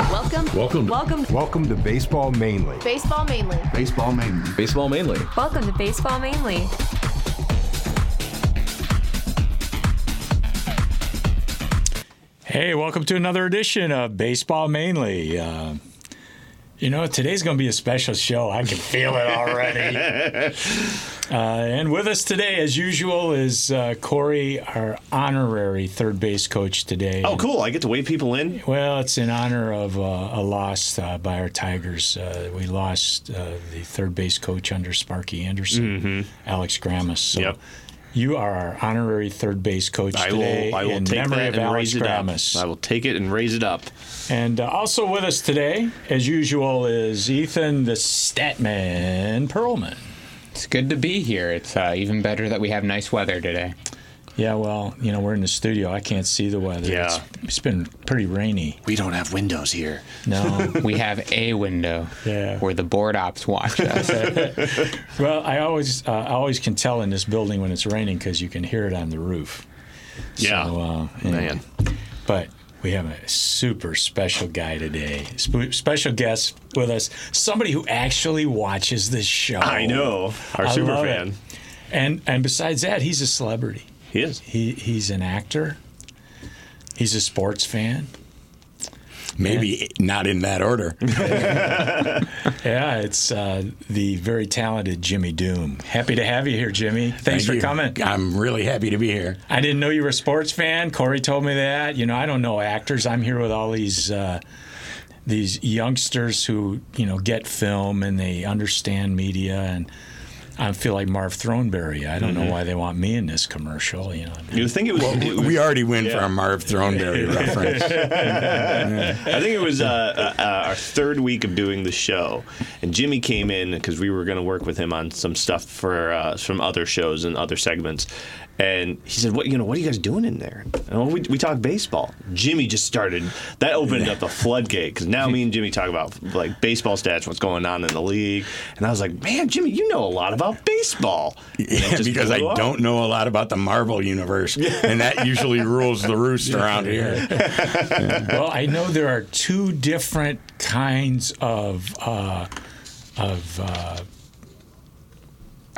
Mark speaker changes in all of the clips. Speaker 1: Welcome.
Speaker 2: Welcome.
Speaker 1: Welcome.
Speaker 3: Welcome to Baseball Mainly.
Speaker 1: Baseball mainly.
Speaker 4: Baseball mainly.
Speaker 2: Baseball mainly.
Speaker 5: Welcome to Baseball Mainly.
Speaker 6: Hey, welcome to another edition of Baseball Mainly. Uh, you know, today's going to be a special show. I can feel it already. uh, and with us today, as usual, is uh, Corey, our honorary third base coach today.
Speaker 7: Oh, cool! I get to wave people in.
Speaker 6: Well, it's in honor of uh, a loss uh, by our Tigers. Uh, we lost uh, the third base coach under Sparky Anderson, Alex Grammas. So
Speaker 7: Mm-hmm. Yep.
Speaker 6: you are our honorary third base coach
Speaker 7: I
Speaker 6: today
Speaker 7: will. I will
Speaker 6: in
Speaker 7: take
Speaker 6: memory
Speaker 7: that
Speaker 6: of
Speaker 7: and
Speaker 6: Alex
Speaker 7: raise it
Speaker 6: Grammas.
Speaker 7: up. I will take it and raise it up.
Speaker 6: And uh, also with us today, as usual, is Ethan the Statman Perlman.
Speaker 8: It's good to be here. It's uh, even better that we have nice weather today.
Speaker 6: Yeah, well, you know, we're in the studio. I can't see the weather.
Speaker 7: Yeah.
Speaker 6: It's- it's been pretty rainy.
Speaker 7: We don't have windows here.
Speaker 6: No.
Speaker 8: We have a window
Speaker 6: Yeah.
Speaker 8: where the board ops watch us.
Speaker 6: Well, I always uh, I always can tell in this building when it's raining because you can hear it on the roof.
Speaker 7: Yeah.
Speaker 6: So, uh, anyway.
Speaker 7: Man,
Speaker 6: But we have a super special guy today, Sp- special guest with us, somebody who actually watches this show.
Speaker 7: I know Oh. our
Speaker 6: I
Speaker 7: super
Speaker 6: love
Speaker 7: fan.
Speaker 6: it. And and besides that, he's a celebrity.
Speaker 7: He is.
Speaker 6: He he's an actor. He's a sports fan.
Speaker 2: Maybe not in that order.
Speaker 6: Yeah, it's uh, the very talented Jimmy Doom. Happy to have you here, Jimmy. Thanks for
Speaker 2: You-
Speaker 6: coming.
Speaker 2: I'm really happy to be here.
Speaker 6: I didn't know you were a sports fan. Corey told me that. You know, I don't know actors. I'm here with all these uh, these youngsters who you know get film and they understand media, and I feel like Marv Throneberry. I don't know why they want me in this commercial. You know,
Speaker 7: You think it was? it was-
Speaker 2: We already went for our Marv Throneberry reference.
Speaker 7: I think it was uh, uh, uh, our third week of doing the show, and Jimmy came in because we were going to work with him on some stuff for uh, some other shows and other segments. And he said, "What you know? What are you guys doing in there?" And well, we we talk baseball. Jimmy just started. That opened up a floodgate because now me and Jimmy talk about like baseball stats, what's going on in the league. And I was like, "Man, Jimmy, you know a lot about baseball." And it
Speaker 2: Yeah,
Speaker 7: just
Speaker 2: because I
Speaker 7: blew up.
Speaker 2: don't know a lot about the Marvel universe, and that usually rules the roost around here.
Speaker 6: well, I know there are two different kinds of uh, of uh,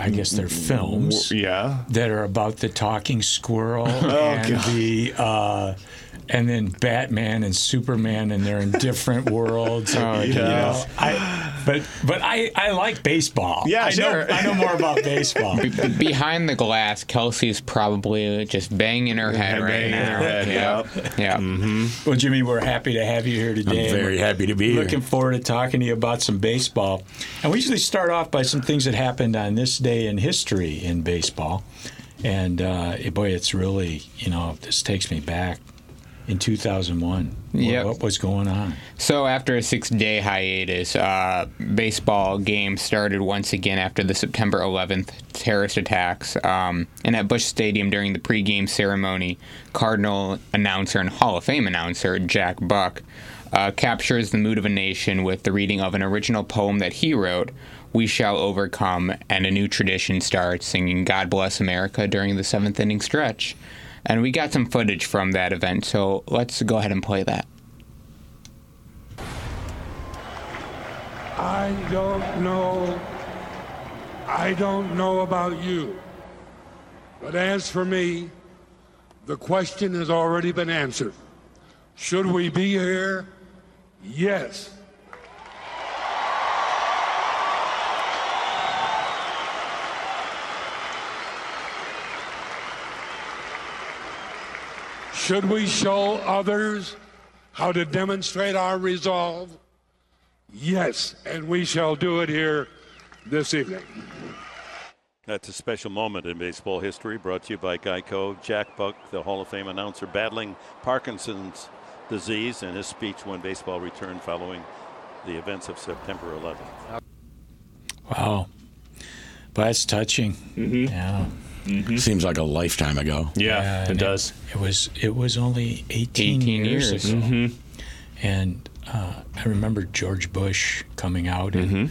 Speaker 6: I guess they're films
Speaker 7: Yeah. Oh,
Speaker 6: that are about the talking squirrel and
Speaker 7: God.
Speaker 6: the uh, and then Batman and Superman and they're in different worlds. Oh,
Speaker 7: yes.
Speaker 6: I, but but I, I like baseball.
Speaker 7: Yeah,
Speaker 6: I
Speaker 7: sure.
Speaker 6: know I know more about baseball.
Speaker 8: Be- Behind the glass, Kelsey's probably just banging her head right
Speaker 7: banging her
Speaker 8: now.
Speaker 7: head, Mm-hmm.
Speaker 8: yeah. yeah.
Speaker 6: Well, Jimmy, we're happy to have you here today.
Speaker 2: I'm very happy to be
Speaker 6: Looking
Speaker 2: here.
Speaker 6: forward to talking to you about some baseball. And we usually start off by some things that happened on this day in history in baseball. And uh, eh, boy, it's really, you know, this takes me back in 2001. What-
Speaker 8: Yep.
Speaker 6: What, was going on?
Speaker 8: So after a six-day hiatus, uh, baseball games started once again after the September 11th terrorist attacks. Um, and at Bush Stadium during the pregame ceremony, Cardinal announcer and Hall of Fame announcer Jack Buck uh, captures the mood of a nation with the reading of an original poem that he wrote, "We Shall Overcome," and a new tradition starts, singing "God Bless America" during the seventh inning stretch. And we got some footage from that event, so let's go ahead and play that.
Speaker 9: I don't know. I don't know about you. But as for me, the question has already been answered. Should we be here? Yes. Should we show others how to demonstrate our resolve? Yes, and we shall do it here this evening.
Speaker 10: That's a special moment in baseball history brought to you by Geico. Jack Buck, the Hall of Fame announcer, battling Parkinson's disease and his speech when baseball returned following the events of September 11th.
Speaker 6: Wow. But that's touching.
Speaker 8: Mm-hmm.
Speaker 6: Yeah. Mm-hmm.
Speaker 2: Seems like a lifetime ago.
Speaker 7: Yeah,
Speaker 6: and
Speaker 7: it does.
Speaker 6: It was it was only 18,
Speaker 8: 18
Speaker 6: years,
Speaker 8: years.
Speaker 6: ago. And uh, I remember George Bush coming out and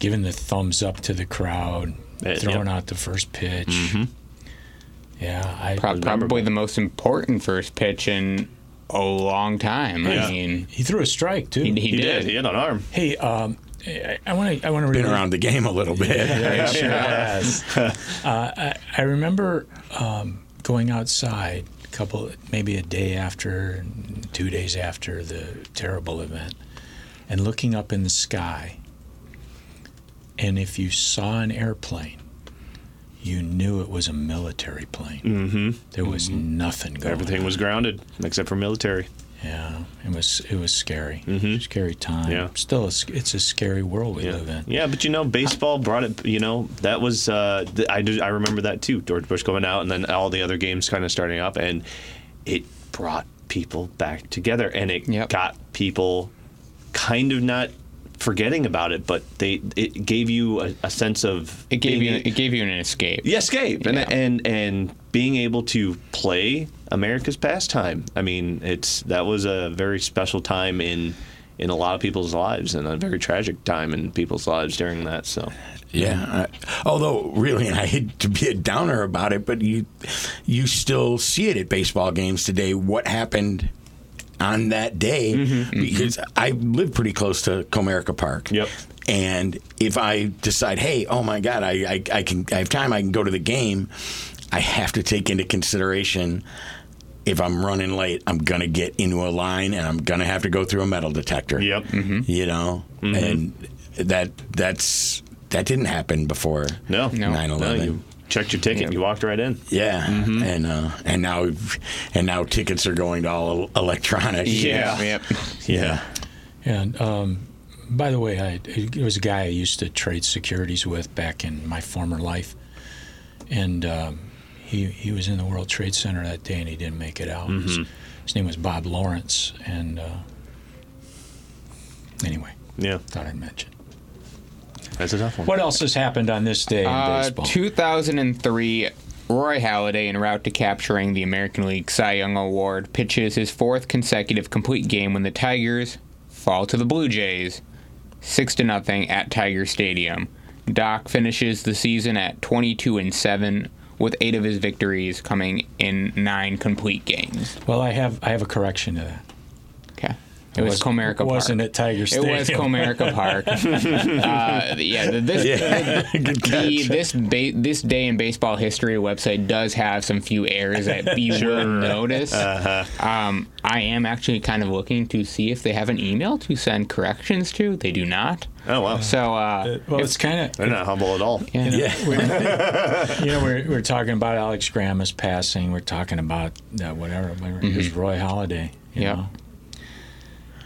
Speaker 6: giving the thumbs up to the crowd,
Speaker 7: Uh,
Speaker 6: throwing
Speaker 7: yep.
Speaker 6: out the first pitch. Yeah, I
Speaker 8: Pro- probably the most important first pitch in a long time.
Speaker 7: Yeah.
Speaker 8: I mean,
Speaker 6: He threw a strike too.
Speaker 8: he, he
Speaker 7: He
Speaker 8: did.
Speaker 7: did. He had an arm.
Speaker 6: Hey, um, I- I want to. I want to
Speaker 2: Been around the game a little bit.
Speaker 6: Yeah, sure has. uh, I, I remember um, going outside a couple, maybe a day after, two days after the terrible event, and looking up in the sky. And if you saw an airplane, you knew it was a military plane. Mm-hmm. There was nothing going.
Speaker 7: Everything
Speaker 6: on.
Speaker 7: was grounded except for military.
Speaker 6: Yeah, it was. It was scary. Scary time.
Speaker 7: Yeah.
Speaker 6: Still, it's, it's a scary world we live in.
Speaker 7: Yeah, but you know, baseball brought it. You know, that was uh, th- I do, I remember that too. George Bush going out, and then all the other games kind of starting up, and it brought people back together, and it
Speaker 8: Yep.
Speaker 7: got people kind of not forgetting about it, but they it gave you a, a sense of
Speaker 8: It gave
Speaker 7: being-
Speaker 8: you it gave you an escape.
Speaker 7: Yeah, escape and,
Speaker 8: Yeah.
Speaker 7: and and being able to play America's pastime. I mean, it's that was a very special time in in a lot of people's lives and a very tragic time in people's lives during that. So
Speaker 2: Yeah. I, although, really, and I hate to be a downer about it, but you you still see it at baseball games today. What happened on that day? because I live pretty close to Comerica Park.
Speaker 7: Yep.
Speaker 2: And if I decide, hey, oh my God, I, I, I can I have time, I can go to the game. I have to take into consideration if I'm running late, I'm gonna get into a line and I'm gonna have to go through a metal detector
Speaker 7: Yep.
Speaker 2: you know
Speaker 7: Mm-hmm.
Speaker 2: and that that's that didn't happen before
Speaker 7: no,
Speaker 8: No.
Speaker 2: 9-11
Speaker 7: no, you checked your ticket, you walked right in.
Speaker 2: yeah
Speaker 7: Mm-hmm.
Speaker 2: and uh and now we've- and now tickets are going to all electronic
Speaker 7: Yeah.
Speaker 8: Yep.
Speaker 7: Yeah,
Speaker 6: And um, by the way, I, it was a guy I used to trade securities with back in my former life, and um, he he was in the World Trade Center that day, and he didn't make it out. His, his name was Bob Lawrence, and uh, anyway,
Speaker 7: yeah,
Speaker 6: thought I'd mention.
Speaker 7: that's a tough one.
Speaker 6: What else has happened on this day in
Speaker 8: Uh,
Speaker 6: baseball?
Speaker 8: 2003, Roy Halladay, en route to capturing the American League Cy Young Award, pitches his fourth consecutive complete game when the Tigers fall to the Blue Jays, six to nothing at Tiger Stadium. Doc finishes the season at 22 and seven, with eight of his victories coming in nine complete games.
Speaker 6: well, I have I have a correction to that.
Speaker 8: Okay. It was
Speaker 6: Wasn't-
Speaker 8: Comerica Park.
Speaker 6: Wasn't it Tiger
Speaker 8: It
Speaker 6: Stadium?
Speaker 8: was Comerica Park. uh, yeah, th- this the, this ba- this day in baseball history website does have some few errors that you will notice.
Speaker 6: Uh-huh.
Speaker 8: Um, I am actually kind of looking to see if they have an email to send corrections to. They do not.
Speaker 7: Oh wow,
Speaker 8: So uh,
Speaker 6: Well, it's kind of
Speaker 7: they're not humble at all.
Speaker 8: yeah.
Speaker 6: you know, we're, we're talking about Alex Gramma's passing. We're talking about uh, whatever. whatever It was Roy Holiday. You
Speaker 8: Yeah.
Speaker 6: Know?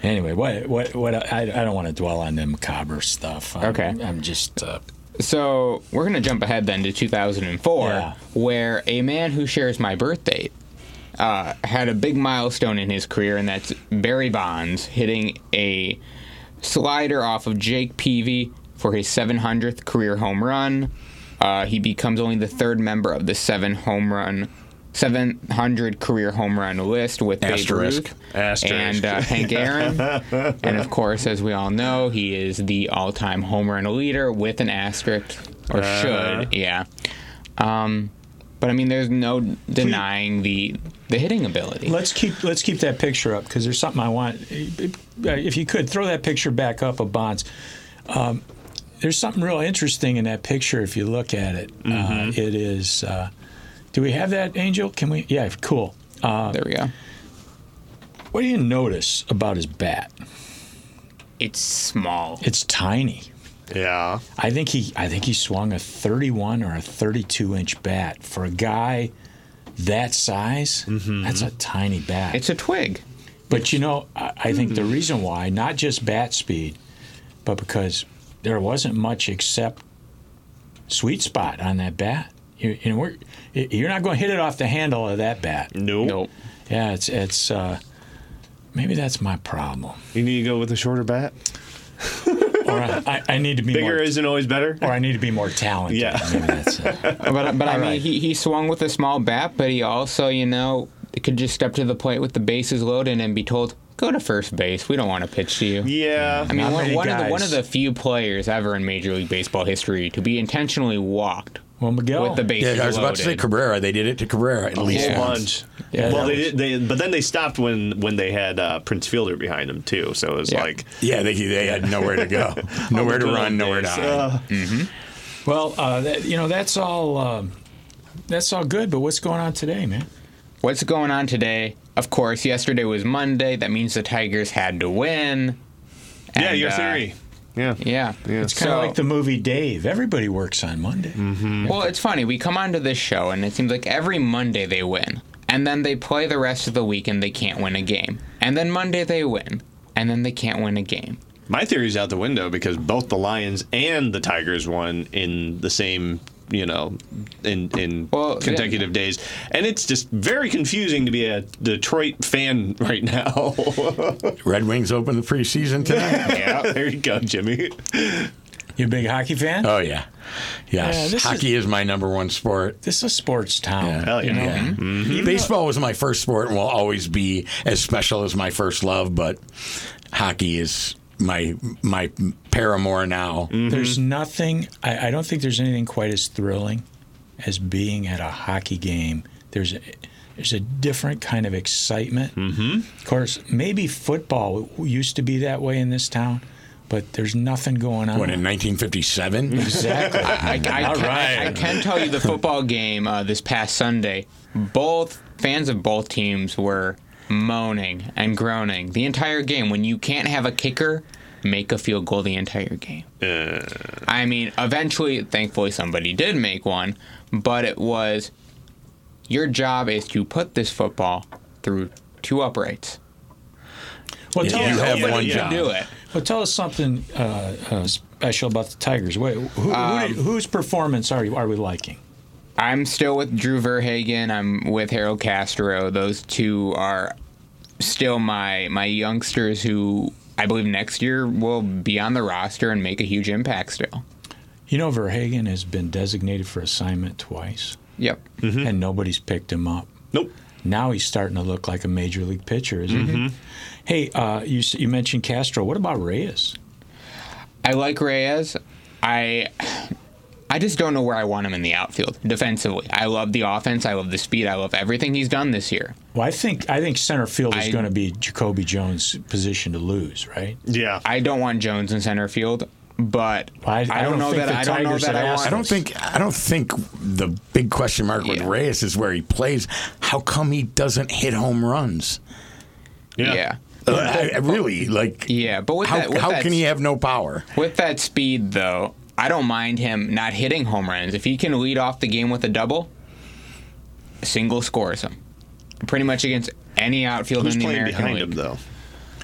Speaker 6: Anyway, what what what? I, I don't want to dwell on the macabre stuff. I'm,
Speaker 8: Okay.
Speaker 6: I'm just uh,
Speaker 8: So we're gonna jump ahead then to 2004,
Speaker 6: Yeah.
Speaker 8: where a man who shares my birth date uh, had a big milestone in his career, and that's Barry Bonds hitting a slider off of Jake Peavy for his 700th career home run. Uh, he becomes only the third member of the seven home run, 700 career home run list with
Speaker 2: Asterisk.
Speaker 8: Babe Ruth
Speaker 7: Asterisk.
Speaker 8: and uh, Hank Aaron. and of course, as we all know, he is the all-time home run leader with an asterisk, or should, yeah. Um, but I mean, there's no denying the the hitting ability.
Speaker 6: let's keep let's keep that picture up because there's something I want. uh, If you could throw that picture back up of Bonds, um, there's something real interesting in that picture. If you look at it, uh, it is. Uh, do we have that, Angel? Can we? Yeah, cool.
Speaker 8: Oh, there we go.
Speaker 6: What do you notice about his bat?
Speaker 8: It's small.
Speaker 6: It's tiny.
Speaker 7: Yeah,
Speaker 6: I think he I think he swung a 31 or a 32 inch bat for a guy that size. That's a tiny bat.
Speaker 8: Mm-hmm. It's a twig.
Speaker 6: but you know, I, I think the reason why not just bat speed, but because there wasn't much except sweet spot on that bat. You, you know, we're, you're not going to hit it off the handle of that bat.
Speaker 7: no,
Speaker 8: Nope.
Speaker 6: Yeah, it's it's uh, maybe that's my problem.
Speaker 7: You need to go with a shorter bat.
Speaker 6: Or I, I need to be
Speaker 7: Bigger
Speaker 6: more,
Speaker 7: isn't always better.
Speaker 6: or I need to be more talented.
Speaker 7: Yeah.
Speaker 6: Maybe that's it.
Speaker 8: But but I mean,
Speaker 6: right.
Speaker 8: he, he swung with a small bat, but he also, you know, could just step to the plate with the bases loaded and be told, "Go to first base. We don't want to pitch to you."
Speaker 7: Yeah,
Speaker 8: I mean,
Speaker 6: Not
Speaker 8: one,
Speaker 6: many
Speaker 8: one of the, one
Speaker 6: guys.
Speaker 8: of the few players ever in Major League Baseball history to be intentionally walked
Speaker 6: Well, Miguel.
Speaker 8: with the
Speaker 2: Yeah,
Speaker 8: bases
Speaker 2: I was about to say
Speaker 8: loaded.
Speaker 2: Cabrera. They did it to Cabrera at least
Speaker 8: Yeah.
Speaker 2: once.
Speaker 7: Sponge.
Speaker 6: Yeah, that
Speaker 7: well, they, did, they but then they stopped when when they had uh, Prince Fielder behind them too. So it was
Speaker 8: Yeah.
Speaker 7: like oh
Speaker 2: Yeah, they, they had nowhere to go, nowhere to run, nowhere to hide.
Speaker 7: Uh,
Speaker 6: Well, uh, that, you know that's all. Um, that's all good. But what's going on today, man?
Speaker 8: What's going on today? Of course, yesterday was Monday. That means the Tigers had to win.
Speaker 7: yeah,
Speaker 8: And,
Speaker 7: your
Speaker 8: uh,
Speaker 7: theory. Yeah.
Speaker 8: Yeah.
Speaker 2: Mm-hmm.
Speaker 6: It's kind of
Speaker 8: So-
Speaker 6: like the movie Dave. Everybody works on Monday.
Speaker 2: Mm.
Speaker 8: Well, it's funny. We come onto this show, and it seems like every Monday they win, and then they play the rest of the week, and they can't win a game, and then Monday they win, and then they can't win a game.
Speaker 7: My theory's out the window because both the Lions and the Tigers won in the same, you know, in in
Speaker 8: Well, yeah.
Speaker 7: consecutive days, and it's just very confusing to be a Detroit fan right now.
Speaker 2: Red Wings open the preseason tonight.
Speaker 7: yeah, there you go, Jimmy.
Speaker 6: You a big hockey fan?
Speaker 2: oh yeah, yes.
Speaker 6: Yeah, this
Speaker 2: Hockey is, my number one sport.
Speaker 6: this is a sports town.
Speaker 7: Hell yeah. Mm-hmm.
Speaker 6: You know?
Speaker 2: Yeah. Mm-hmm. Baseball was my first sport and will always be as special as my first love, but hockey is my my paramour now.
Speaker 8: Mm-hmm.
Speaker 6: There's nothing. I, I don't think there's anything quite as thrilling as being at a hockey game. There's a, there's a different kind of excitement. Mm-hmm. Of course, maybe football used to be that way in this town, but there's nothing going on.
Speaker 2: What in 1957?
Speaker 6: exactly.
Speaker 8: I, I,
Speaker 6: All
Speaker 8: can,
Speaker 6: right.
Speaker 8: I, can tell you the football game uh, this past Sunday. Both fans of both teams were moaning and groaning the entire game. When you can't have a kicker, make a field goal the entire game. I mean, eventually, thankfully, somebody did make one, but it was your job is to put this football through two uprights.
Speaker 6: Well,
Speaker 2: Yeah,
Speaker 6: tell
Speaker 2: you
Speaker 6: us,
Speaker 2: have
Speaker 6: something-
Speaker 2: one
Speaker 8: You
Speaker 2: job.
Speaker 8: can do it.
Speaker 6: Well, tell us something uh, uh, special about the Tigers. Wait, who, who
Speaker 8: Um,
Speaker 6: did, whose performance are you are we liking?
Speaker 8: I'm still with Drew Verhagen. I'm with Harold Castro. Those two are still my my youngsters who I believe next year will be on the roster and make a huge impact still.
Speaker 6: You know, Verhagen has been designated for assignment twice,
Speaker 8: Yep.
Speaker 6: and nobody's picked him up.
Speaker 7: Nope.
Speaker 6: Now he's starting to look like a major league pitcher, isn't
Speaker 8: Mm-hmm.
Speaker 6: he? Hey, uh, you s- you mentioned Castro. What about Reyes?
Speaker 8: I like Reyes. I I just don't know where I want him in the outfield defensively. I love the offense. I love the speed. I love everything he's done this year.
Speaker 6: Well, I think I think center field is
Speaker 8: I-
Speaker 6: going to be Jacoby Jones' position to lose, right?
Speaker 7: Yeah.
Speaker 8: I don't want Jones in center field, but I,
Speaker 6: I
Speaker 8: don't
Speaker 6: don't
Speaker 8: know
Speaker 6: think
Speaker 8: that
Speaker 6: the
Speaker 8: I don't know
Speaker 6: Tigers
Speaker 8: that
Speaker 6: have
Speaker 8: I
Speaker 6: asked
Speaker 8: want.
Speaker 2: I don't think I don't think the big question mark with
Speaker 8: Yeah.
Speaker 2: Reyes is where he plays. How come he doesn't hit home runs?
Speaker 8: yeah.
Speaker 2: Uh, I, I really like.
Speaker 8: Yeah, but with
Speaker 2: how,
Speaker 8: that- with
Speaker 2: how
Speaker 8: that-
Speaker 2: can he have no power?
Speaker 8: With that speed, though, I don't mind him not hitting home runs. If he can lead off the game with a double, a single scores him. Pretty much against any outfield
Speaker 7: Who's
Speaker 8: in the
Speaker 7: playing
Speaker 8: American
Speaker 7: behind
Speaker 8: League.
Speaker 7: him though?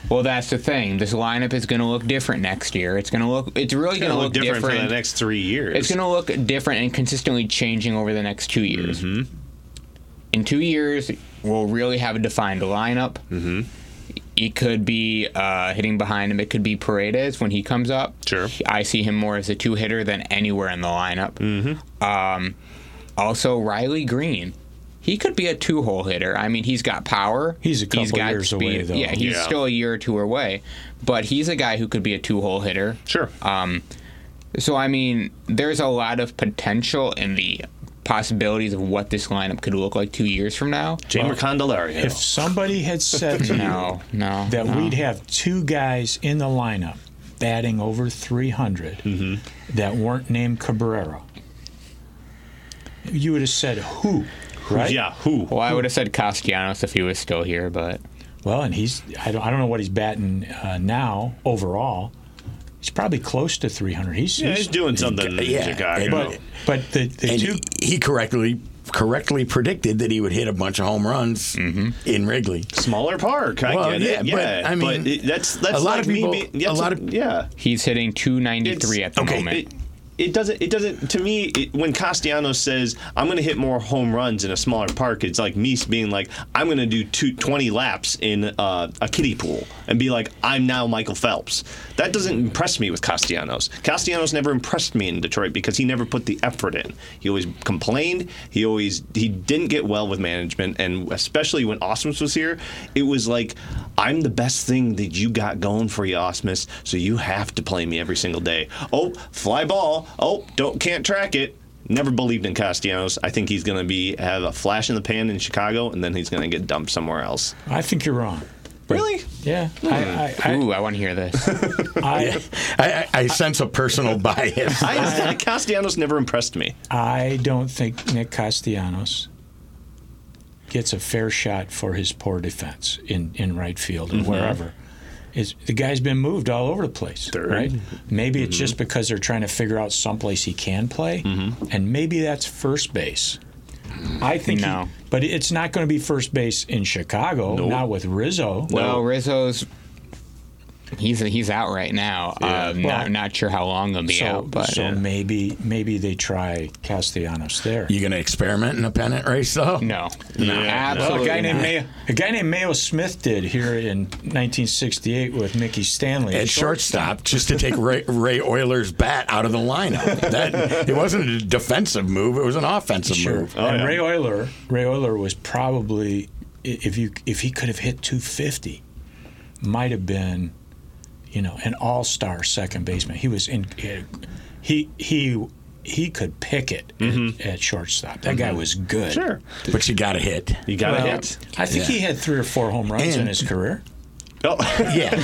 Speaker 8: Well, that's the thing. This lineup is going to look different next year. It's going to look. It's
Speaker 7: It's
Speaker 8: really going to look different.
Speaker 7: for the next three years.
Speaker 8: It's going to look different and consistently changing over the next two years.
Speaker 7: Mm-hmm.
Speaker 8: In two years, we'll really have a defined lineup. Mm-hmm. It could be uh, hitting behind him. It could be Paredes when he comes up.
Speaker 7: Sure.
Speaker 8: I see him more as a two hitter than anywhere in the lineup. Mm-hmm. Um, also, Riley Green. He could be a two hole hitter. I mean, he's got power.
Speaker 6: He's a couple years
Speaker 8: speed.
Speaker 6: away, though.
Speaker 8: Yeah, he's
Speaker 7: Yeah.
Speaker 8: still a year or two away. But he's a guy who could be a two hole hitter.
Speaker 7: sure.
Speaker 8: Uh, So I mean, there's a lot of potential in the possibilities of what this lineup could look like two years from now.
Speaker 7: Jamer Candelario.
Speaker 6: If somebody had said to you
Speaker 8: No, no,
Speaker 6: that
Speaker 7: Uh-huh.
Speaker 8: no.
Speaker 6: we'd have two guys in the lineup batting over 300
Speaker 7: Mm-hmm.
Speaker 6: that weren't named Cabrera, you would have said who, right?
Speaker 7: yeah. Who?
Speaker 8: Well, I would have said Castellanos if he was still here, but
Speaker 6: Well, and he's I don't, I don't know what he's batting uh, now overall. He's probably close to 300. He's,
Speaker 7: Yeah,
Speaker 6: he's-
Speaker 7: he's doing something in
Speaker 2: Yeah,
Speaker 7: Chicago.
Speaker 6: but but the, the
Speaker 2: And
Speaker 6: two
Speaker 2: he, he correctly correctly predicted that he would hit a bunch of home runs
Speaker 8: Mm-hmm.
Speaker 2: in Wrigley.
Speaker 7: smaller park. I
Speaker 2: Well,
Speaker 7: get
Speaker 2: yeah,
Speaker 7: it.
Speaker 2: but,
Speaker 7: Yeah,
Speaker 2: I mean,
Speaker 7: it- that's that's
Speaker 2: a lot
Speaker 7: like
Speaker 2: of
Speaker 7: me
Speaker 2: people-
Speaker 7: being-
Speaker 2: a
Speaker 7: that's
Speaker 2: lot of- E
Speaker 7: yeah.
Speaker 8: he's hitting 293 at the
Speaker 7: It's-
Speaker 8: moment.
Speaker 7: It, it doesn't. It doesn't. To me, it, when Castellanos says I'm going to hit more home runs in a smaller park, it's like me being like I'm going to do two, 20 laps in uh, a kiddie pool and be like I'm now Michael Phelps. That doesn't impress me with Castellanos. Castellanos never impressed me in Detroit because he never put the effort in. He always complained. He always he didn't get well with management, and especially when Osmus was here, it was like I'm the best thing that you got going for you, Osmus. So you have to play me every single day. Oh, fly ball. Oh, don't can't track it. Never believed in Castellanos. I think he's going to be have a flash in the pan in Chicago, and then he's going to get dumped somewhere else.
Speaker 6: I think you're wrong.
Speaker 7: Really?
Speaker 6: Yeah. I, I,
Speaker 2: Hmm.
Speaker 8: Ooh, I want to hear this.
Speaker 6: I,
Speaker 2: I, I, I sense a personal bias.
Speaker 7: I, I, Castellanos never impressed me.
Speaker 6: I, I don't think Nick Castellanos gets a fair shot for his poor defense in, in right field and wherever. Is the guy's been moved all over the place,
Speaker 7: Third.
Speaker 6: right? Maybe it's just because they're trying to figure out someplace he can play, and maybe that's first base. I think, he-
Speaker 8: No.
Speaker 6: but it's not going to be first base in Chicago, not with Rizzo.
Speaker 8: Well, Rizzo's he's he's out right now. Uh,
Speaker 6: Well-
Speaker 8: not not sure how long he'll be
Speaker 6: So,
Speaker 8: out, but
Speaker 6: so maybe maybe they try Castellanos there.
Speaker 2: You gonna experiment in a pennant race though?
Speaker 8: no,
Speaker 7: No.
Speaker 8: absolutely.
Speaker 6: Well, a guy named
Speaker 8: not.
Speaker 6: Mayo, a guy named Mayo Smith did here in 1968 with Mickey Stanley
Speaker 2: At shortstop, just to take Ray, Ray Euler's bat out of the lineup. That it wasn't a defensive move; it was an offensive move.
Speaker 8: Oh,
Speaker 6: and Ray Euler, Ray Euler was probably i- if you if he could have hit 250, might have been, you know, an all-star second baseman. He was in he he he could pick it
Speaker 8: Mm-hmm.
Speaker 6: at, at shortstop. That guy was good.
Speaker 7: Sure.
Speaker 2: But you got to hit.
Speaker 7: You got to
Speaker 6: Well,
Speaker 7: hit.
Speaker 6: I think he had three or four home runs in
Speaker 2: And-
Speaker 6: his career.
Speaker 7: Oh.
Speaker 2: Yeah,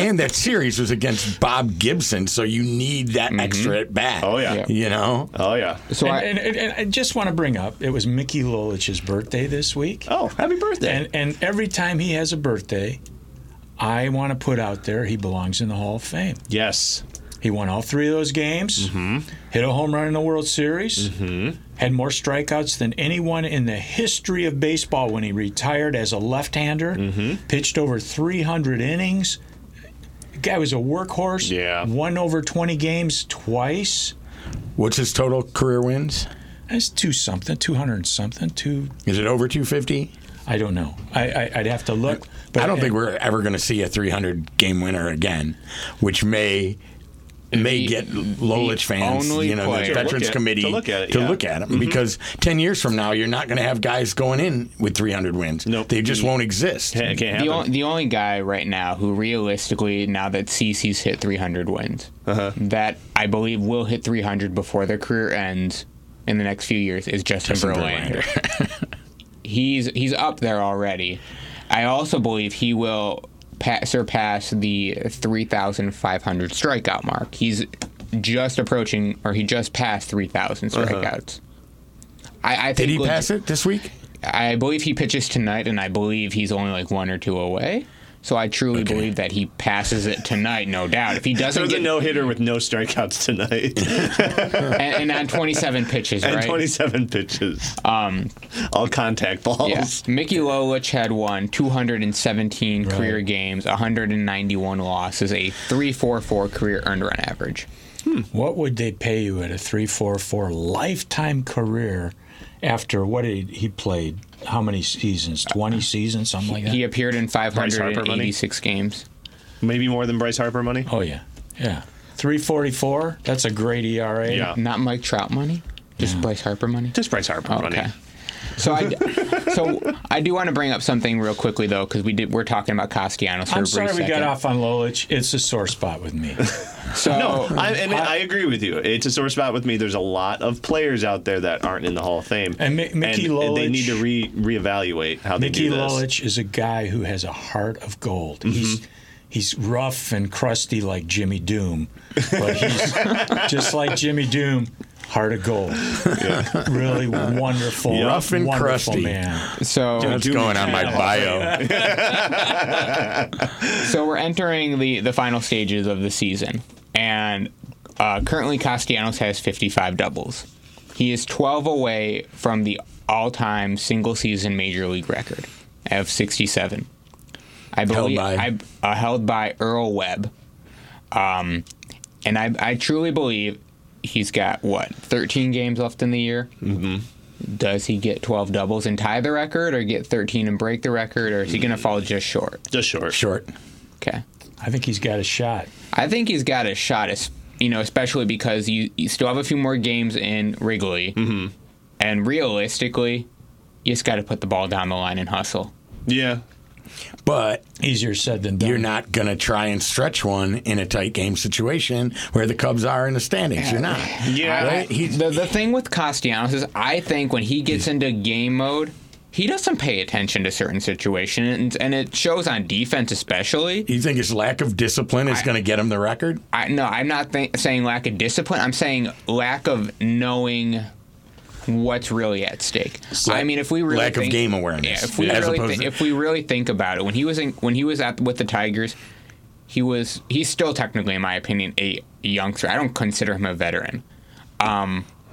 Speaker 2: and that series was against Bob Gibson, so you need that extra at bat.
Speaker 7: Oh, yeah. Yeah.
Speaker 2: you know.
Speaker 7: oh, yeah.
Speaker 8: So I,
Speaker 6: and, and, and I just want to bring up it was Mickey Lolich's birthday this week.
Speaker 7: Oh, happy birthday.
Speaker 6: And, and every time he has a birthday, I want to put out there he belongs in the Hall of Fame.
Speaker 7: yes.
Speaker 6: He won all three of those games,
Speaker 2: Mm-hmm.
Speaker 6: hit a home run in the World Series, had more strikeouts than anyone in the history of baseball when he retired as a left hander,
Speaker 2: Mm-hmm.
Speaker 6: pitched over 300 innings. The guy was a workhorse,
Speaker 7: Yeah.
Speaker 6: won over 20 games twice.
Speaker 2: What's his total career wins?
Speaker 6: That's two something, 200 and something, two
Speaker 2: Is it over 250?
Speaker 6: I don't know. I, I I'd have to look.
Speaker 2: I don't think we're ever going to see a 300 game winner again, which may may
Speaker 8: The-
Speaker 2: get Lolich
Speaker 8: the
Speaker 2: fans,
Speaker 8: only
Speaker 2: you know,
Speaker 8: player-
Speaker 2: the
Speaker 8: To look
Speaker 2: Veterans
Speaker 7: at-
Speaker 2: Committee
Speaker 7: to look at it,
Speaker 2: to
Speaker 7: yeah.
Speaker 2: look at 'em,
Speaker 8: Mm-hmm.
Speaker 2: because 10 years from now you're not going to have guys going in with 300 wins.
Speaker 7: Nope.
Speaker 2: They
Speaker 8: Mm-hmm.
Speaker 2: just won't exist.
Speaker 7: It can't
Speaker 8: the,
Speaker 7: happen.
Speaker 8: on, the only guy right now who realistically, now that CC's hit 300 wins,
Speaker 2: Uh-huh.
Speaker 8: that I believe will hit 300 before their career ends in the next few years is Justin,
Speaker 2: Justin
Speaker 8: Verlander. he's he's up there already. I also believe he will pa- surpass the 3,500 strikeout mark. He's just approaching, or he just passed 3,000 strikeouts. I, I think
Speaker 2: Uh-huh. Did he
Speaker 8: leg-
Speaker 2: pass it this week?
Speaker 8: I believe he pitches tonight, and I believe he's only like one or two away. So I truly believe that he passes it tonight, no doubt. If he
Speaker 7: There
Speaker 8: doesn't
Speaker 7: was a
Speaker 8: get
Speaker 7: no hitter with no strikeouts tonight
Speaker 8: and, and on 27 pitches,
Speaker 7: and
Speaker 8: right?
Speaker 7: 27 pitches.
Speaker 8: Um,
Speaker 7: All contact
Speaker 8: yeah.
Speaker 7: balls.
Speaker 8: Mickey Lolich had won 217 career games, 191 losses, a 3.44 career earned run average.
Speaker 6: What would they pay you at a three four four lifetime career after what he, he played? How many seasons? Twenty seasons, something like that.
Speaker 8: Uh, He appeared in
Speaker 7: Harper money?
Speaker 8: 586 games.
Speaker 7: Maybe more than Bryce Harper money.
Speaker 6: oh yeah, yeah. Three forty four. That's a great ERA.
Speaker 7: Yeah.
Speaker 8: Not Mike Trout money, just Bryce Harper money.
Speaker 7: Just Bryce Harper money.
Speaker 8: Okay. So I, so I do want to bring up something real quickly though, because we did we're talking about Castellanos. For
Speaker 6: I'm
Speaker 8: a brief
Speaker 6: sorry we got
Speaker 8: second.
Speaker 6: off on Lolich. It's a sore spot with me.
Speaker 8: So
Speaker 7: No, I, and I, agree with you. It's a sore spot with me. There's a lot of players out there that aren't in the Hall of Fame,
Speaker 6: And Mi- Mickey
Speaker 7: They
Speaker 6: Lolich-
Speaker 7: need to re reevaluate how
Speaker 6: Mickey
Speaker 7: they do this.
Speaker 6: Lolich is a guy who has a heart of gold. He's he's rough and crusty like Jimmy Doom, but he's just like Jimmy Doom, heart of gold. Really wonderful,
Speaker 2: Rough and
Speaker 6: wonderful
Speaker 2: crusty.
Speaker 6: man.
Speaker 8: so
Speaker 2: That's going on my bio.
Speaker 8: so we're entering the the final stages of the season, and uh, currently Castellanos has 55 doubles. He is 12 away from the all-time single-season major league record of 67. I believe
Speaker 2: by-
Speaker 8: I, uh, held by Earl Webb, um, and I, I truly believe he's got what 13 games left in the year. Does he get 12 doubles and tie the record, or get 13 and break the record, or is he going to fall just short?
Speaker 7: Just short.
Speaker 2: Short.
Speaker 8: Okay.
Speaker 6: I think he's got a shot.
Speaker 8: I think he's got a shot, es- you know, especially because you, you still have a few more games in Wrigley. Mm-hmm. And realistically, you just got to put the ball down the line and hustle.
Speaker 7: Yeah.
Speaker 2: But
Speaker 6: Easier said than done.
Speaker 2: you're not going to try and stretch one in a tight game situation where the Cubs are in the standings. You're not.
Speaker 7: Yeah.
Speaker 2: Right? He's-
Speaker 8: the, the thing with Castellanos is I think when he
Speaker 2: Mm.
Speaker 8: gets into game mode, he doesn't pay attention to certain situations, and it shows on defense especially.
Speaker 2: you think his lack of discipline is going to get him the record?
Speaker 8: I, no, I'm not th- saying lack of discipline. I'm saying lack of knowing what's really at stake. I mean, if we really
Speaker 2: lack of
Speaker 8: think-
Speaker 2: game awareness,
Speaker 8: yeah, if we
Speaker 2: as
Speaker 8: really
Speaker 2: opposed
Speaker 8: thi-
Speaker 2: to-
Speaker 8: if we really think about it, when he was in, when he was at with the Tigers, he was he's still technically, in my opinion, a youngster. I don't consider him a veteran.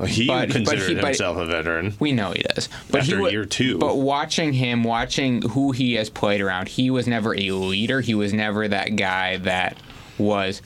Speaker 7: He
Speaker 8: But- but
Speaker 7: considered
Speaker 8: he- but-
Speaker 7: himself a veteran.
Speaker 8: We know he does. But
Speaker 7: After
Speaker 8: he wa-
Speaker 7: year two.
Speaker 8: But watching him, watching who he has played around, he was never a leader. He was never that guy that was,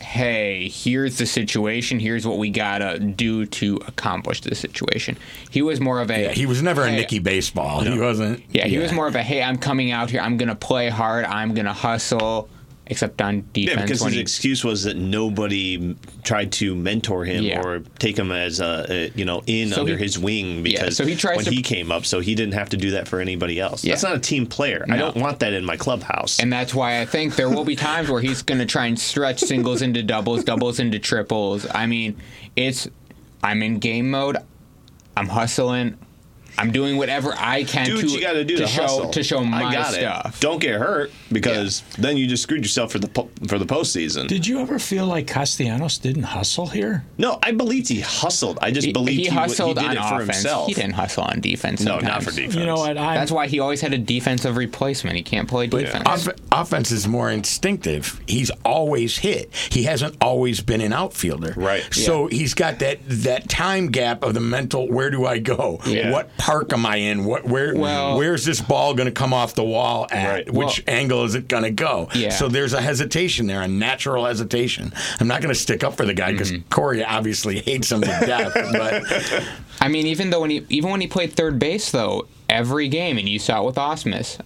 Speaker 8: hey, here's the situation. Here's what we gotta do to accomplish this situation. He was more of a.
Speaker 2: He was never a
Speaker 8: Hey.
Speaker 2: Nicky baseball. He wasn't.
Speaker 8: Yeah, he was more of a hey, I'm coming out here. I'm gonna play hard. I'm gonna hustle. Except on defense,
Speaker 7: Yeah, because
Speaker 8: when
Speaker 7: his
Speaker 8: he-
Speaker 7: excuse was that nobody m- tried to mentor him
Speaker 8: Yeah.
Speaker 7: or take him as a, a you know in
Speaker 8: So
Speaker 7: under
Speaker 8: he-
Speaker 7: his wing because
Speaker 8: so he tries
Speaker 7: when
Speaker 8: to-
Speaker 7: he came up, so he didn't have to do that for anybody else.
Speaker 8: Yeah.
Speaker 7: That's not a team player. I
Speaker 8: No.
Speaker 7: don't want that in my clubhouse.
Speaker 8: And that's why I think there will be times where he's going to try and stretch singles into doubles, doubles into triples. I mean, it's I'm in game mode. I'm hustling. I'm doing whatever I can
Speaker 7: do
Speaker 8: to,
Speaker 7: what you got to do to,
Speaker 8: show
Speaker 7: hustle.
Speaker 8: to show
Speaker 7: I
Speaker 8: my
Speaker 7: got it.
Speaker 8: stuff.
Speaker 7: Don't get hurt because then you just screwed yourself for the po- for the postseason.
Speaker 6: Did you ever feel like Castellanos didn't hustle here?
Speaker 7: no, I believed he hustled. I just believed
Speaker 8: he,
Speaker 7: he, wa-
Speaker 8: hustled
Speaker 7: he did it
Speaker 8: on
Speaker 7: for
Speaker 8: offense.
Speaker 7: himself.
Speaker 8: He didn't hustle on defense.
Speaker 7: No, not
Speaker 8: sometimes.
Speaker 7: for defense.
Speaker 6: You know what? I'm,
Speaker 8: That's why he always had a defensive replacement. He can't play defense.
Speaker 2: Off- offense is more instinctive. He's always hit. He hasn't always been an outfielder.
Speaker 7: Right.
Speaker 2: So he's got that that time gap of the mental. Where do I go?
Speaker 7: Yeah.
Speaker 2: What park am I in? What where?
Speaker 8: Well-
Speaker 2: where's this ball going to come off the wall at?
Speaker 7: Right.
Speaker 2: Which angle is it going to go?
Speaker 8: Yeah.
Speaker 2: So there's a hesitation there, a natural hesitation. I'm not going to stick up for the guy because
Speaker 7: Mm-hmm.
Speaker 2: Corey obviously hates him to death. But
Speaker 8: I mean, even though when he even when he played third base though, every game, and you saw it with Osmus,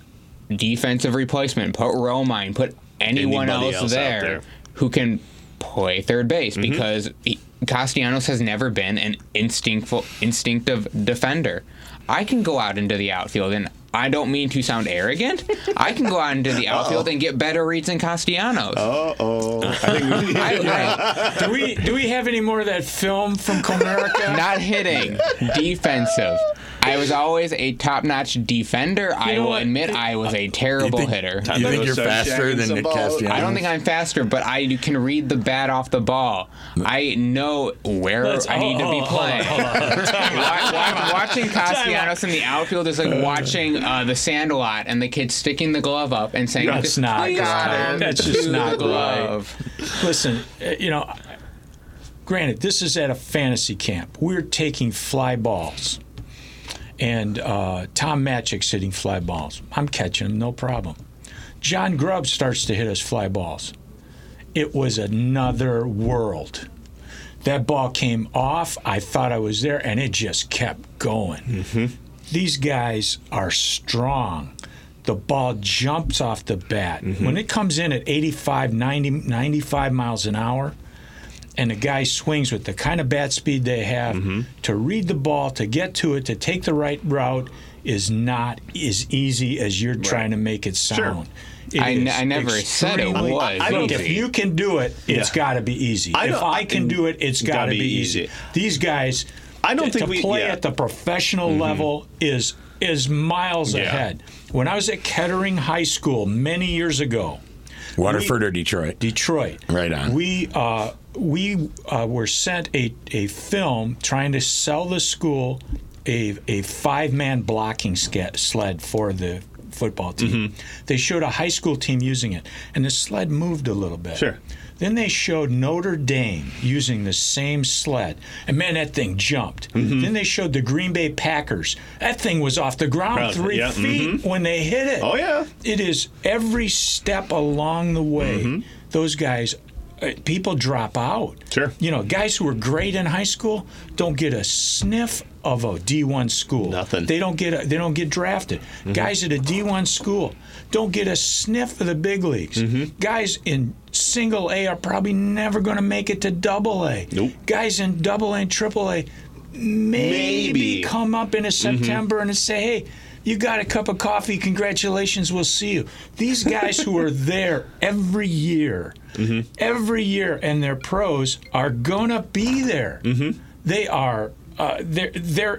Speaker 8: defensive replacement, put Romine, put anyone
Speaker 7: Anybody
Speaker 8: else,
Speaker 7: else out
Speaker 8: there,
Speaker 7: there. Mm-hmm.
Speaker 8: who can play third base because he, Castellanos has never been an instinctful instinctive defender. I can go out into the outfield and. I don't mean to sound arrogant. I can go out into the outfield and get better reads than Castellanos.
Speaker 7: Uh oh. I think we
Speaker 8: I- I-
Speaker 6: do we do we have any more of that film from Comerica?
Speaker 8: not hitting, defensive. I was always a top-notch defender. I
Speaker 6: know
Speaker 8: will
Speaker 6: what?
Speaker 8: admit I was a terrible hitter.
Speaker 2: you
Speaker 7: to
Speaker 2: think
Speaker 7: go
Speaker 2: you're
Speaker 7: start
Speaker 2: faster
Speaker 7: shagging
Speaker 2: than
Speaker 7: some
Speaker 2: Nick
Speaker 7: balls.
Speaker 2: Castellanos?
Speaker 8: I don't think I'm faster, but I can read the bat off the ball. I know where
Speaker 6: Let's-
Speaker 8: I need to be
Speaker 6: oh, hold on,
Speaker 8: playing. Wa- wa- watching Castellanos in the outfield is like watching uh, the Sandlot and the kid sticking the glove up and saying,
Speaker 6: That's
Speaker 8: "Just
Speaker 6: not
Speaker 8: please
Speaker 6: right.
Speaker 8: turn
Speaker 6: That's just
Speaker 8: to
Speaker 6: not
Speaker 8: the glove."
Speaker 6: Listen, uh, you know, granted, this is at a fantasy camp. We're taking fly balls. And uh, Tom Matchick's hitting fly balls. I'm catching them, no problem. John Grubb starts to hit us fly balls. It was another world. That ball came off. I thought I was there, and it just kept going. Mm-hmm. These guys are strong. The ball jumps off the bat. When it comes in at 85, 90, 95 miles an hour, and the guy swings with the kind of bat speed they have to read the ball, to get to it, to take the right route is not as easy as you're trying to make it sound. It
Speaker 8: I n-
Speaker 6: is
Speaker 8: I never said it
Speaker 6: extremely-
Speaker 8: was
Speaker 6: I don't- if
Speaker 8: easy.
Speaker 6: you can do it, it's
Speaker 7: Yeah.
Speaker 6: got to be easy.
Speaker 7: I
Speaker 6: if
Speaker 7: don't-
Speaker 6: I can do it, it's got to
Speaker 7: gotta
Speaker 6: be,
Speaker 7: be
Speaker 6: easy.
Speaker 7: easy.
Speaker 6: These guys,
Speaker 7: I don't
Speaker 6: to,
Speaker 7: think
Speaker 6: to
Speaker 7: we-
Speaker 6: play
Speaker 7: yeah. Mm-hmm.
Speaker 6: at the professional level is is miles
Speaker 7: Yeah.
Speaker 6: ahead. When I was at Kettering High School many years ago,
Speaker 2: Waterford or Detroit.
Speaker 6: Detroit.
Speaker 2: Right on.
Speaker 6: We uh, we uh, were sent a, a film trying to sell the school a, a five man blocking sca- sled for the football team.
Speaker 7: Mm-hmm.
Speaker 6: They showed a high school team using it, and the sled moved a little bit.
Speaker 7: Sure.
Speaker 6: Then they showed Notre Dame using the same sled, and man, that thing jumped.
Speaker 7: Mm-hmm.
Speaker 6: Then they showed the Green Bay Packers. That thing was off the ground
Speaker 7: Ground,
Speaker 6: three
Speaker 7: yeah, mm-hmm.
Speaker 6: feet when they hit it
Speaker 7: Oh yeah.
Speaker 6: it is every step along the way
Speaker 7: Mm-hmm.
Speaker 6: those guys uh, people drop out
Speaker 7: Sure.
Speaker 6: you know guys who were great in high school don't get a sniff of a d1 school
Speaker 7: Nothing. Mm-hmm.
Speaker 6: they don't get a, they don't get drafted guys at a d1 school don't get a sniff of the big leagues
Speaker 7: Mm-hmm.
Speaker 6: guys in single a are probably never going to make it to double a
Speaker 7: Nope.
Speaker 6: guys in double a and triple a maybe
Speaker 7: Maybe.
Speaker 6: come up in a September and say, hey, You got a cup of coffee. Congratulations. We'll see you. These guys who are there every year, every year, and their pros are gonna be there. They are. Uh, they're they're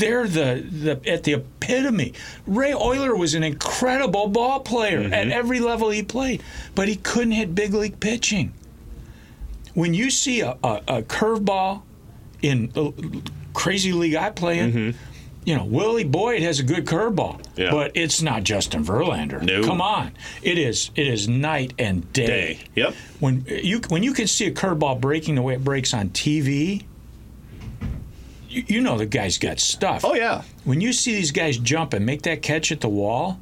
Speaker 6: they're the, the at the epitome. Ray Euler was an incredible ball player at every level he played, but he couldn't hit big league pitching. When you see a, a, a curveball in the crazy league I play in, you know, Willie Boyd has a good curveball,
Speaker 7: Mm-hmm. Yeah.
Speaker 6: but it's not Justin Verlander.
Speaker 7: No.
Speaker 6: Come on. It is it is night and day.
Speaker 7: Day. Yep.
Speaker 6: When you when you can see a curveball breaking the way it breaks on TV, you, you know the guy's got stuff.
Speaker 7: Oh yeah.
Speaker 6: When you see these guys jump and make that catch at the wall,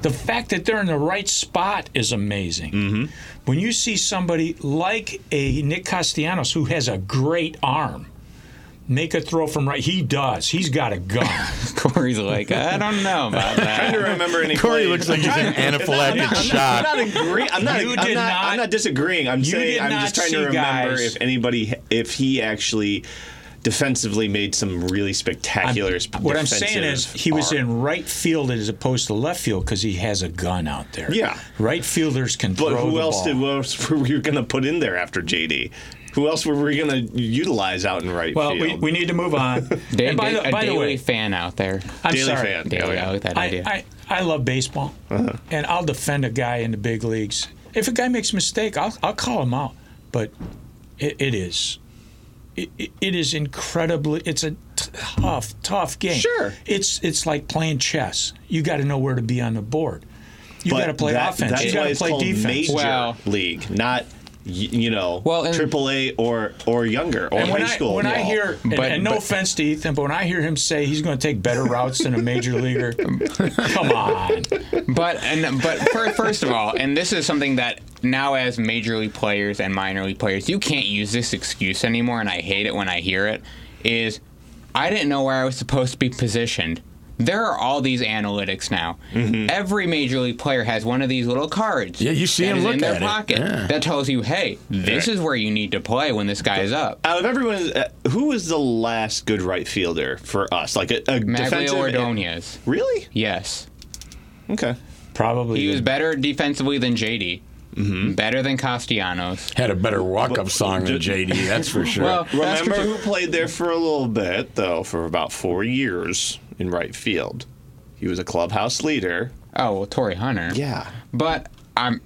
Speaker 6: the fact that they're in the right spot is amazing.
Speaker 7: Mm-hmm.
Speaker 6: When you see somebody like a Nick Castellanos who has a great arm make a throw from right, he does. He's got a gun.
Speaker 8: Corey's like, I don't know about
Speaker 7: I don't
Speaker 8: that.
Speaker 7: remember any.
Speaker 1: Corey
Speaker 7: plays.
Speaker 1: looks like he's an anaphylactic
Speaker 7: I'm
Speaker 1: shock.
Speaker 7: not agree. I'm not.
Speaker 6: You
Speaker 7: I'm
Speaker 6: did
Speaker 7: not,
Speaker 6: not-
Speaker 7: I'm not disagreeing. I'm
Speaker 6: did
Speaker 7: saying I'm
Speaker 6: not
Speaker 7: just trying to
Speaker 6: see
Speaker 7: remember
Speaker 6: guys-
Speaker 7: if anybody, if he actually defensively made some really spectacular. sp-
Speaker 6: what I'm saying is
Speaker 7: defensive
Speaker 6: he was
Speaker 7: arm.
Speaker 6: in right field as opposed to left field because he has a gun out there.
Speaker 7: Yeah.
Speaker 6: Right fielders can
Speaker 7: But
Speaker 6: throw
Speaker 7: who
Speaker 6: the
Speaker 7: else
Speaker 6: ball.
Speaker 7: did? Who else were we going to put in there after JD? Who else were we going to utilize out in right
Speaker 6: well,
Speaker 7: field?
Speaker 6: we, we need to move on.
Speaker 8: Day,
Speaker 6: and by
Speaker 8: day-
Speaker 6: the,
Speaker 8: a
Speaker 6: by the
Speaker 8: daily
Speaker 6: way,
Speaker 8: fan out there.
Speaker 6: I'm
Speaker 7: Daily
Speaker 6: sorry.
Speaker 7: fan.
Speaker 8: Daily, I like that idea.
Speaker 6: I, I, I love baseball,
Speaker 7: Uh-huh.
Speaker 6: and I'll defend a guy in the big leagues. If a guy makes a mistake, I'll, I'll call him out. But it, it is. It, it- it is incredibly. It's a tough, tough game.
Speaker 7: Sure.
Speaker 6: It's it's like playing chess. You got to know where to be on the board. You
Speaker 7: But
Speaker 6: got to play
Speaker 7: that-
Speaker 6: offense.
Speaker 7: That's
Speaker 6: you
Speaker 7: why
Speaker 6: got to
Speaker 7: it's
Speaker 6: play
Speaker 7: called
Speaker 6: defense.
Speaker 7: Major
Speaker 8: Well-
Speaker 7: league, not y- you know
Speaker 8: Well, and-
Speaker 7: AAA or or younger or
Speaker 6: And
Speaker 7: high
Speaker 6: when
Speaker 7: school.
Speaker 6: I, when I
Speaker 7: ball.
Speaker 6: hear, and,
Speaker 8: But-
Speaker 6: and no
Speaker 8: but-
Speaker 6: offense to Ethan, but when I hear him say he's going to take better routes than a major leaguer, come on.
Speaker 8: But and but fir- first of all, and this is something that now as major league players and minor league players, you can't use this excuse anymore, and I hate it when I hear it. Is I didn't know where I was supposed to be positioned. There are all these analytics now. Every major league player has one of these little cards.
Speaker 2: Mm-hmm. Yeah, you see
Speaker 8: that
Speaker 2: them
Speaker 8: is
Speaker 2: look
Speaker 8: in their
Speaker 2: at it.
Speaker 8: pocket
Speaker 2: Yeah.
Speaker 8: that tells you, hey, this
Speaker 7: Right.
Speaker 8: is where you need to play when this guy's up.
Speaker 7: out of everyone, uh, who was the last good right fielder for us? Like a, a
Speaker 8: Maglio
Speaker 7: defensive.
Speaker 8: Ordonez.
Speaker 7: Really?
Speaker 8: Yes.
Speaker 7: Okay.
Speaker 6: Probably
Speaker 8: He was
Speaker 6: the-
Speaker 8: better defensively than JD. Better than Castellanos.
Speaker 2: Had a better walk-up song than JD, that's for sure.
Speaker 8: Well, Oh, that's
Speaker 7: Remember
Speaker 8: what you-
Speaker 7: who played there for a little bit though, for about four years in right field. He was a clubhouse leader.
Speaker 8: Oh, well, Torrey Hunter.
Speaker 2: Oh,
Speaker 7: Yeah.
Speaker 8: But I'm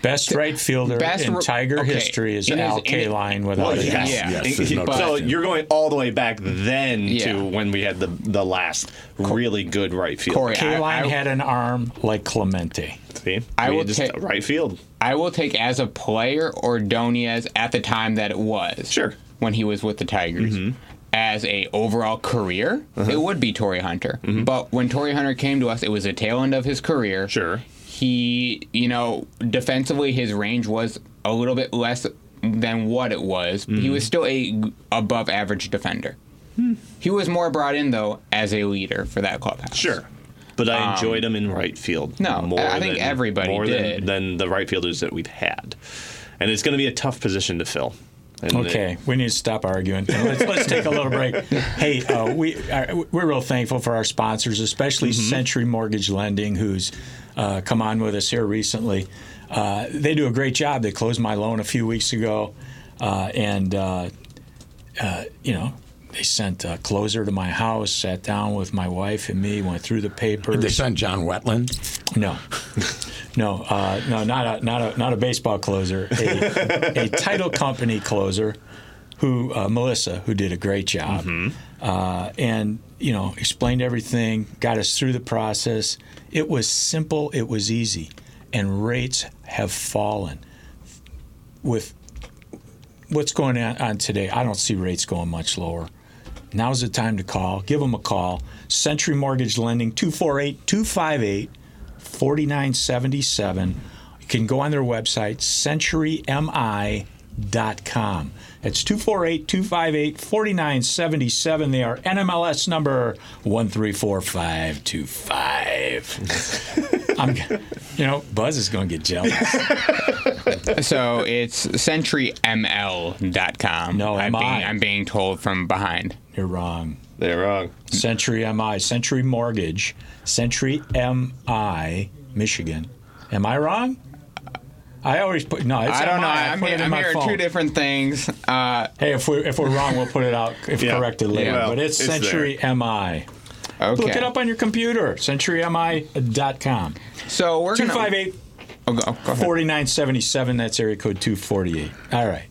Speaker 6: Best right fielder
Speaker 8: Best
Speaker 6: in
Speaker 8: ro-
Speaker 6: Tiger
Speaker 8: okay,
Speaker 6: history is
Speaker 8: it is-
Speaker 6: Al
Speaker 8: it is-
Speaker 6: Kaline
Speaker 7: Well,
Speaker 6: without a doubt.
Speaker 7: yes,
Speaker 8: yeah.
Speaker 2: yes, there's no
Speaker 8: But-
Speaker 7: So
Speaker 2: question.
Speaker 7: you're going all the way back then
Speaker 8: Yeah.
Speaker 7: to when we had the the last really good right field.
Speaker 8: Corey. I,
Speaker 6: Kaline
Speaker 8: I-
Speaker 6: had an arm like Clemente.
Speaker 7: See?
Speaker 8: I
Speaker 7: We
Speaker 8: will
Speaker 7: just-
Speaker 8: take-
Speaker 7: right field.
Speaker 8: I will take as a player Ordonez at the time that it was.
Speaker 7: Sure. Mm-hmm.
Speaker 8: When he was with the Tigers. As a overall career,
Speaker 7: Uh-huh.
Speaker 8: it would be Torrey Hunter.
Speaker 7: Mm-hmm.
Speaker 8: But when Torrey Hunter came to us, it was the tail end of his career.
Speaker 7: Sure.
Speaker 8: He, you know, defensively his range was a little bit less than what it was.
Speaker 7: Mm-hmm.
Speaker 8: He was still a g- above average defender.
Speaker 7: Hmm.
Speaker 8: He was more brought in though as a leader for that clubhouse.
Speaker 7: Sure. But I enjoyed him in right field.
Speaker 8: Um, no, I think everybody
Speaker 7: more than-
Speaker 8: did.
Speaker 7: Than, the right fielders that we've had. And it's going to be a tough position to fill. And
Speaker 6: Okay, we need to stop arguing. Let's, let's take a little break. Hey, uh, we are, we're real thankful for our sponsors, especially
Speaker 8: Mm-hmm.
Speaker 6: Century Mortgage Lending, who's uh, come on with us here recently. Uh, they do a great job. They closed my loan a few weeks ago, uh, and uh, uh, you know. They sent a closer to my house, sat down with my wife and me, went through the papers.
Speaker 2: They signed John Wetland.
Speaker 6: No, no, uh, no, not a not a not a baseball closer, a, a title company closer, who uh, Melissa, who did a great job, uh, and you know explained everything, got us through the process. It was simple, it was easy, and rates have fallen. With what's going on, on today, I don't see rates going much lower. Now's the time to call. Give them a call. Century Mortgage Lending, 248 258 4977. You can go on their website, centurymi.com. It's 248 258 4977. They are NMLS number 134525. I'm, you know, Buzz is going to get jealous.
Speaker 8: So it's centuryml.com.
Speaker 6: No,
Speaker 8: I'm
Speaker 6: am
Speaker 8: being,
Speaker 6: I?
Speaker 8: I'm being told from behind.
Speaker 6: You're wrong.
Speaker 7: They're wrong.
Speaker 6: Century MI, Century Mortgage, Century MI, Michigan. Am I wrong? I always put no. It's
Speaker 8: I don't
Speaker 6: MI.
Speaker 8: know.
Speaker 6: I
Speaker 8: I'm,
Speaker 6: put it in
Speaker 8: I'm
Speaker 6: my
Speaker 8: hearing
Speaker 6: phone.
Speaker 8: two different things. Uh,
Speaker 6: Hey, if we're if we're wrong, we'll put it out if
Speaker 7: Yeah.
Speaker 6: corrected later.
Speaker 7: Yeah.
Speaker 6: but it's,
Speaker 7: It's there.
Speaker 6: Century MI.
Speaker 8: okay.
Speaker 6: Look it up on your computer. CenturyMI.com.
Speaker 8: So we're gonna.
Speaker 6: 258
Speaker 8: Oh, go, go ahead.
Speaker 6: 4977. That's area code 248. All right.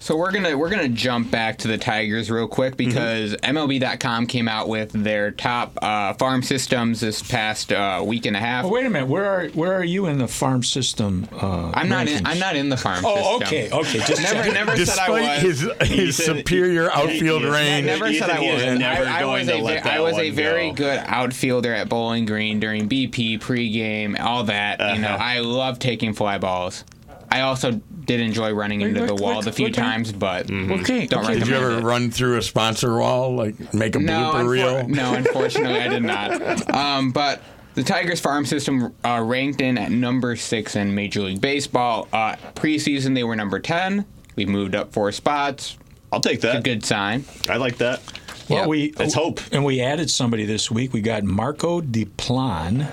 Speaker 8: So we're gonna we're gonna jump back to the Tigers real quick
Speaker 6: Mm-hmm.
Speaker 8: because MLB.com came out with their top uh, farm systems this past uh, week and a half.
Speaker 6: Oh, wait a minute. Where are where are you in the farm system? Uh,
Speaker 8: I'm not in,
Speaker 6: rankings?
Speaker 8: I'm not in the farm
Speaker 6: Oh,
Speaker 8: system.
Speaker 6: okay, okay. Just
Speaker 8: Never never said I
Speaker 2: Despite
Speaker 8: was.
Speaker 2: his his
Speaker 7: said-
Speaker 2: superior outfield
Speaker 7: yeah.
Speaker 8: I
Speaker 2: range,
Speaker 8: never
Speaker 7: Ethan
Speaker 8: said I
Speaker 7: Hughes
Speaker 8: was.
Speaker 7: is never
Speaker 8: I, I
Speaker 7: going
Speaker 8: was
Speaker 7: to
Speaker 8: a,
Speaker 7: let
Speaker 8: ve- I
Speaker 7: that
Speaker 8: was a
Speaker 7: one
Speaker 8: very
Speaker 7: go.
Speaker 8: good outfielder at Bowling Green during BP pregame, all that. You
Speaker 7: Uh-huh.
Speaker 8: know, I love taking fly balls. I also did enjoy running into
Speaker 6: look,
Speaker 8: the wall
Speaker 6: look,
Speaker 8: a few
Speaker 6: look,
Speaker 8: times, but
Speaker 7: Mm-hmm.
Speaker 6: Okay,
Speaker 8: don't
Speaker 6: okay.
Speaker 8: recommend
Speaker 6: Did
Speaker 2: did you ever
Speaker 8: it.
Speaker 2: run through a sponsor wall, like make a
Speaker 8: No,
Speaker 2: blooper
Speaker 8: unfor-
Speaker 2: reel?
Speaker 8: no, unfortunately, I did not. Um, but the Tigers farm system uh, ranked in at number six in Major League Baseball. Uh, preseason, they were number ten. We moved up four spots.
Speaker 7: I'll take
Speaker 8: A
Speaker 7: that.
Speaker 8: good sign.
Speaker 7: I like that.
Speaker 6: Well,
Speaker 8: Yeah.
Speaker 6: we
Speaker 7: Let's hope.
Speaker 6: And we added somebody this week. We got Marco DePlan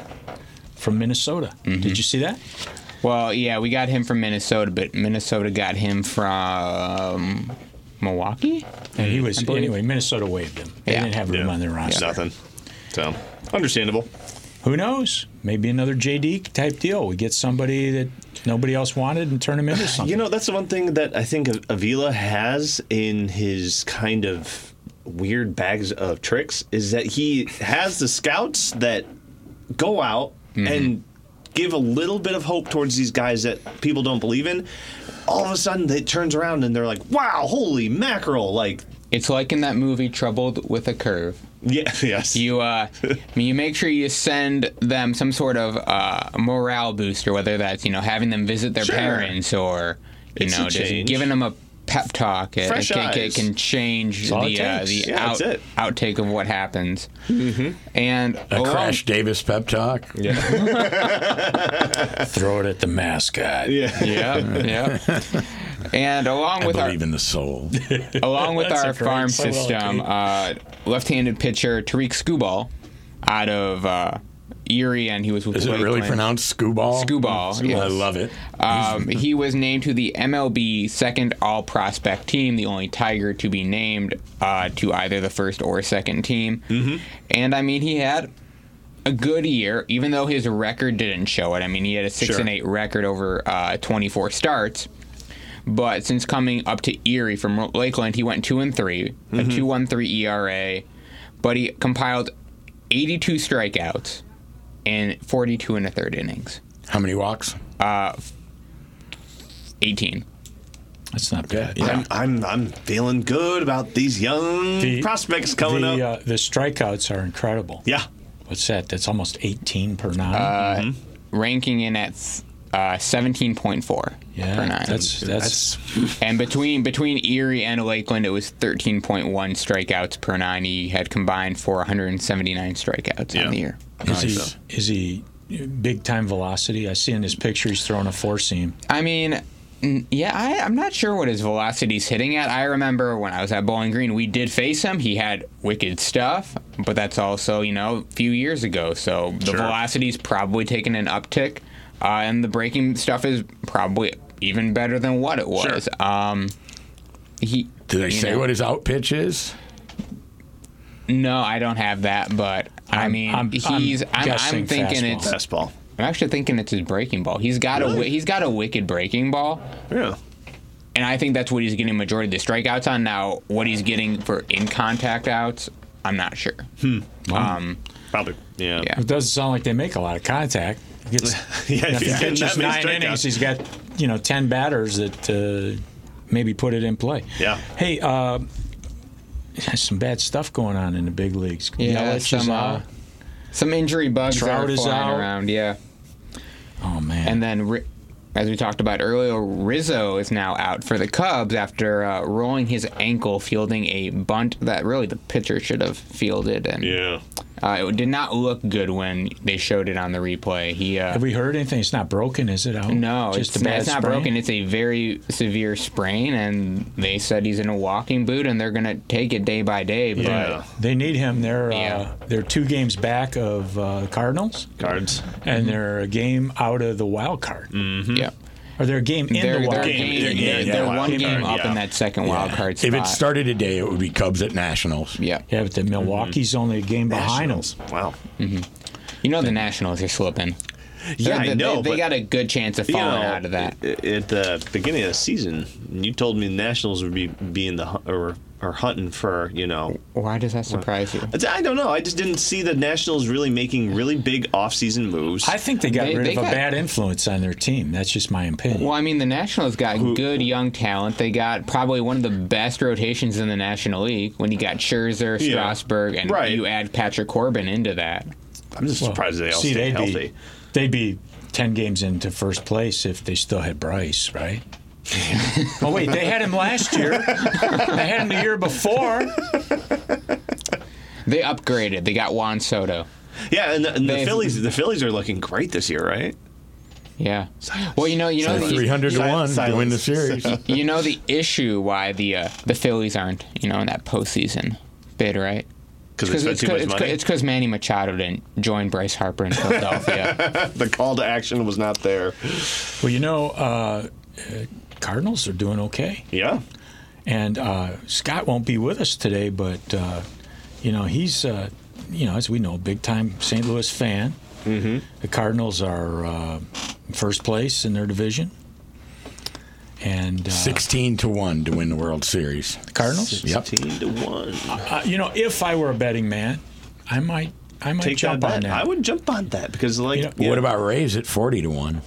Speaker 6: from Minnesota.
Speaker 7: Mm-hmm.
Speaker 6: Did you see that?
Speaker 8: Well, yeah, we got him from Minnesota, but Minnesota got him from Milwaukee.
Speaker 6: And he was
Speaker 8: Mm-hmm. believe-
Speaker 6: anyway. Minnesota waived him. They
Speaker 8: Yeah.
Speaker 6: didn't have him on their
Speaker 7: It's
Speaker 6: roster.
Speaker 7: nothing. So understandable.
Speaker 6: Who knows? Maybe another JD type deal. We get somebody that nobody else wanted and turn him into something.
Speaker 7: You know, that's the one thing that I think Av- Avila has in his kind of weird bags of tricks is that he has the scouts that go out
Speaker 6: Mm-hmm.
Speaker 7: and give a little bit of hope towards these guys that people don't believe in. All of a sudden, it turns around and they're like, "Wow, holy mackerel!" Like,
Speaker 8: It's like in that movie Troubled with a Curve.
Speaker 7: yeah, yes,
Speaker 8: You uh, I mean, you make sure you send them some sort of uh, morale booster, whether that's you know having them visit their
Speaker 7: Sure.
Speaker 8: parents or you
Speaker 7: It's a
Speaker 8: know just
Speaker 7: change.
Speaker 8: giving them a pep talk. It,
Speaker 7: Fresh
Speaker 8: it, can-
Speaker 7: eyes.
Speaker 8: it can change
Speaker 6: all
Speaker 8: the
Speaker 6: it
Speaker 8: uh,
Speaker 6: takes.
Speaker 8: the
Speaker 7: Yeah,
Speaker 8: out,
Speaker 7: that's it.
Speaker 8: outtake of what happens. Mm-hmm. And
Speaker 2: A
Speaker 8: along-
Speaker 2: Crash Davis pep talk.
Speaker 6: Throw it at the mascot.
Speaker 7: yeah.
Speaker 8: Yeah, yeah. And along
Speaker 2: I
Speaker 8: with our
Speaker 2: believe in the soul.
Speaker 8: along with
Speaker 6: That's a
Speaker 8: our
Speaker 6: great
Speaker 8: farm
Speaker 6: photo,
Speaker 8: system,
Speaker 6: Kate.
Speaker 8: uh, left-handed pitcher Tariq Skubal out of uh, Erie, and he was with
Speaker 2: Is it really
Speaker 8: Lakeland.
Speaker 2: pronounced scooball?
Speaker 8: Scooball,
Speaker 2: I
Speaker 8: yes.
Speaker 2: love it.
Speaker 8: Um, he was named to the MLB second All Prospect team, the only Tiger to be named uh, to either the first or second team. Mm-hmm. And I mean, he had a good year, even though his record didn't show it. I mean, he had a six
Speaker 7: Sure.
Speaker 8: and eight record over uh, 24 starts. But since coming up to Erie from Lakeland, he went two and 3 a two one three ERA. But he compiled 82 strikeouts in 42 and a third innings.
Speaker 2: How many walks?
Speaker 8: 18.
Speaker 6: That's not bad.
Speaker 7: I'm, I'm I'm feeling good about these young
Speaker 6: The-
Speaker 7: prospects coming
Speaker 6: the,
Speaker 7: up.
Speaker 6: Uh, the strikeouts are incredible.
Speaker 7: yeah, Uh,
Speaker 6: What's that? That's almost 18 per nine.
Speaker 8: ranking in at uh, 17.4
Speaker 6: yeah,
Speaker 8: per nine.
Speaker 6: that's that's
Speaker 8: and between between Erie and Lakeland, it was 13.1 strikeouts per nine. He had combined for 179 strikeouts
Speaker 7: Yeah.
Speaker 8: on the year.
Speaker 6: Is he, is he big time velocity? I see in his picture he's throwing a four seam.
Speaker 8: I mean, n- yeah, I, I'm not sure what his velocity's hitting at. I remember when I was at Bowling Green, we did face him. He had wicked stuff, but that's also, you know, a few years ago. So the velocity's probably taken an uptick, uh, and the breaking stuff is probably even better than what it was. Um, he.
Speaker 2: Do they
Speaker 8: you
Speaker 2: say
Speaker 8: know,
Speaker 2: what his out pitch is?
Speaker 8: No, I don't have that, but i
Speaker 6: I'm-
Speaker 8: mean,
Speaker 6: I'm- I'm
Speaker 8: he's. I'm, I'm,
Speaker 6: guessing
Speaker 8: thinking
Speaker 6: fastball.
Speaker 8: it's.
Speaker 7: fastball.
Speaker 8: I'm actually thinking it's his breaking ball. He's got a. wi- He's got a wicked breaking ball.
Speaker 7: Yeah,
Speaker 8: and I think that's what he's getting majority of the strikeouts on now. What he's getting for in contact outs, I'm not sure. Um,
Speaker 7: probably. Yeah,
Speaker 8: Yeah.
Speaker 6: It doesn't sound like they make a lot of contact. He gets,
Speaker 7: yeah.
Speaker 6: if he
Speaker 7: he's getting
Speaker 6: pitches
Speaker 7: that many
Speaker 6: nine
Speaker 7: strikeouts.
Speaker 6: innings, he's got you know 10 batters that uh, maybe put it in play.
Speaker 7: Yeah.
Speaker 6: Hey, uh, some bad stuff going on in the big leagues.
Speaker 8: yeah,
Speaker 6: Yelich is
Speaker 8: some uh,
Speaker 6: out.
Speaker 8: some injury bugs
Speaker 6: Trout
Speaker 8: are
Speaker 6: is
Speaker 8: flying
Speaker 6: out.
Speaker 8: around. Yeah,
Speaker 6: oh man.
Speaker 8: and then Ri- as we talked about earlier, Rizzo is now out for the Cubs after uh, rolling his ankle fielding a bunt that really the pitcher should have fielded, and
Speaker 7: Yeah.
Speaker 8: Uh, it did not look good when they showed it on the replay. He uh,
Speaker 6: Have we heard anything? It's not broken, is it? Out?
Speaker 8: no,
Speaker 6: just
Speaker 8: it's,
Speaker 6: a bad
Speaker 8: it's not
Speaker 6: sprain?
Speaker 8: broken. It's a very severe sprain, and they said he's in a walking boot, and they're gonna take it day by day. But
Speaker 7: Yeah.
Speaker 6: They need him. They're
Speaker 8: Yeah.
Speaker 6: uh, they're two games back of uh, Cardinals,
Speaker 7: Cards.
Speaker 8: Mm-hmm.
Speaker 6: and they're a game out of the wild card,
Speaker 7: Mm-hmm.
Speaker 8: yeah,
Speaker 6: or they're a game in
Speaker 8: they're,
Speaker 6: the
Speaker 8: they're,
Speaker 6: wild
Speaker 7: game-
Speaker 6: card.
Speaker 7: Mm. they're
Speaker 8: game-
Speaker 7: game-
Speaker 8: they're-
Speaker 7: yeah,
Speaker 8: they're
Speaker 7: wild
Speaker 8: one
Speaker 7: card,
Speaker 8: game up
Speaker 7: yeah.
Speaker 8: in that second wild card
Speaker 2: If
Speaker 8: spot.
Speaker 2: it started today, it would be Cubs at Nationals.
Speaker 8: yeah,
Speaker 6: Yeah, but the Milwaukee's only a game behind us.
Speaker 7: Wow.
Speaker 8: you know the Nationals are slipping.
Speaker 7: Yeah,
Speaker 8: they,
Speaker 7: I know.
Speaker 8: They,
Speaker 7: but,
Speaker 8: they got a good chance of
Speaker 7: you
Speaker 8: falling
Speaker 7: know,
Speaker 8: out of that.
Speaker 7: i- At the beginning of the season, you told me the Nationals would be being the hu- or or hunting for you know.
Speaker 8: Why does that surprise you?
Speaker 7: It's- I don't know. I just didn't see the Nationals really making really big offseason moves.
Speaker 6: I think they got
Speaker 8: They-
Speaker 6: rid
Speaker 8: they
Speaker 6: of a
Speaker 8: got-
Speaker 6: bad influence on their team. That's just my opinion.
Speaker 8: Well, I mean, the Nationals got good young talent. They got probably one of the best rotations in the National League when you got Scherzer,
Speaker 7: Yeah.
Speaker 8: Strasburg, and
Speaker 7: Right.
Speaker 8: you add Patrick Corbin into that.
Speaker 7: I'm just surprised they all
Speaker 6: See,
Speaker 7: stayed
Speaker 6: they'd
Speaker 7: healthy.
Speaker 6: be they'd be ten games into first place if they still had Bryce, right? oh wait, they had him last year. they had him the year before.
Speaker 8: They upgraded. They got Juan Soto.
Speaker 7: Yeah, and, the, and the
Speaker 8: They've-
Speaker 7: Phillies. The Phillies are looking great this year, right?
Speaker 8: Yeah. Well, you know, you know,
Speaker 2: Three
Speaker 8: the,
Speaker 2: hundred to
Speaker 7: Sil-
Speaker 2: one to win the
Speaker 7: silence.
Speaker 2: series.
Speaker 8: you know the issue why the uh, the Phillies aren't, you know, in that postseason bid, right?
Speaker 7: Because they
Speaker 8: Because
Speaker 7: spent
Speaker 8: it's
Speaker 7: too much money.
Speaker 8: because Manny Machado didn't join Bryce Harper in Philadelphia.
Speaker 7: the call to action was not there.
Speaker 6: Well, you know, uh, uh, Cardinals are doing okay,
Speaker 7: Yeah.
Speaker 6: and uh, Scott won't be with us today, but uh, you know he's uh, you know as we know, big time St. Louis fan.
Speaker 7: Mm-hmm.
Speaker 6: The Cardinals are uh, first place in their division, and uh,
Speaker 2: Sixteen to one to win the World Series.
Speaker 6: Cardinals.
Speaker 2: Yep.
Speaker 7: 16 to 1.
Speaker 6: Uh, you know, if I were a betting man, I might, I might
Speaker 7: Take that
Speaker 6: jump on
Speaker 7: bet.
Speaker 6: that.
Speaker 7: I would jump on that because, like,
Speaker 6: You know-
Speaker 7: yeah.
Speaker 2: What about Rays at forty to one?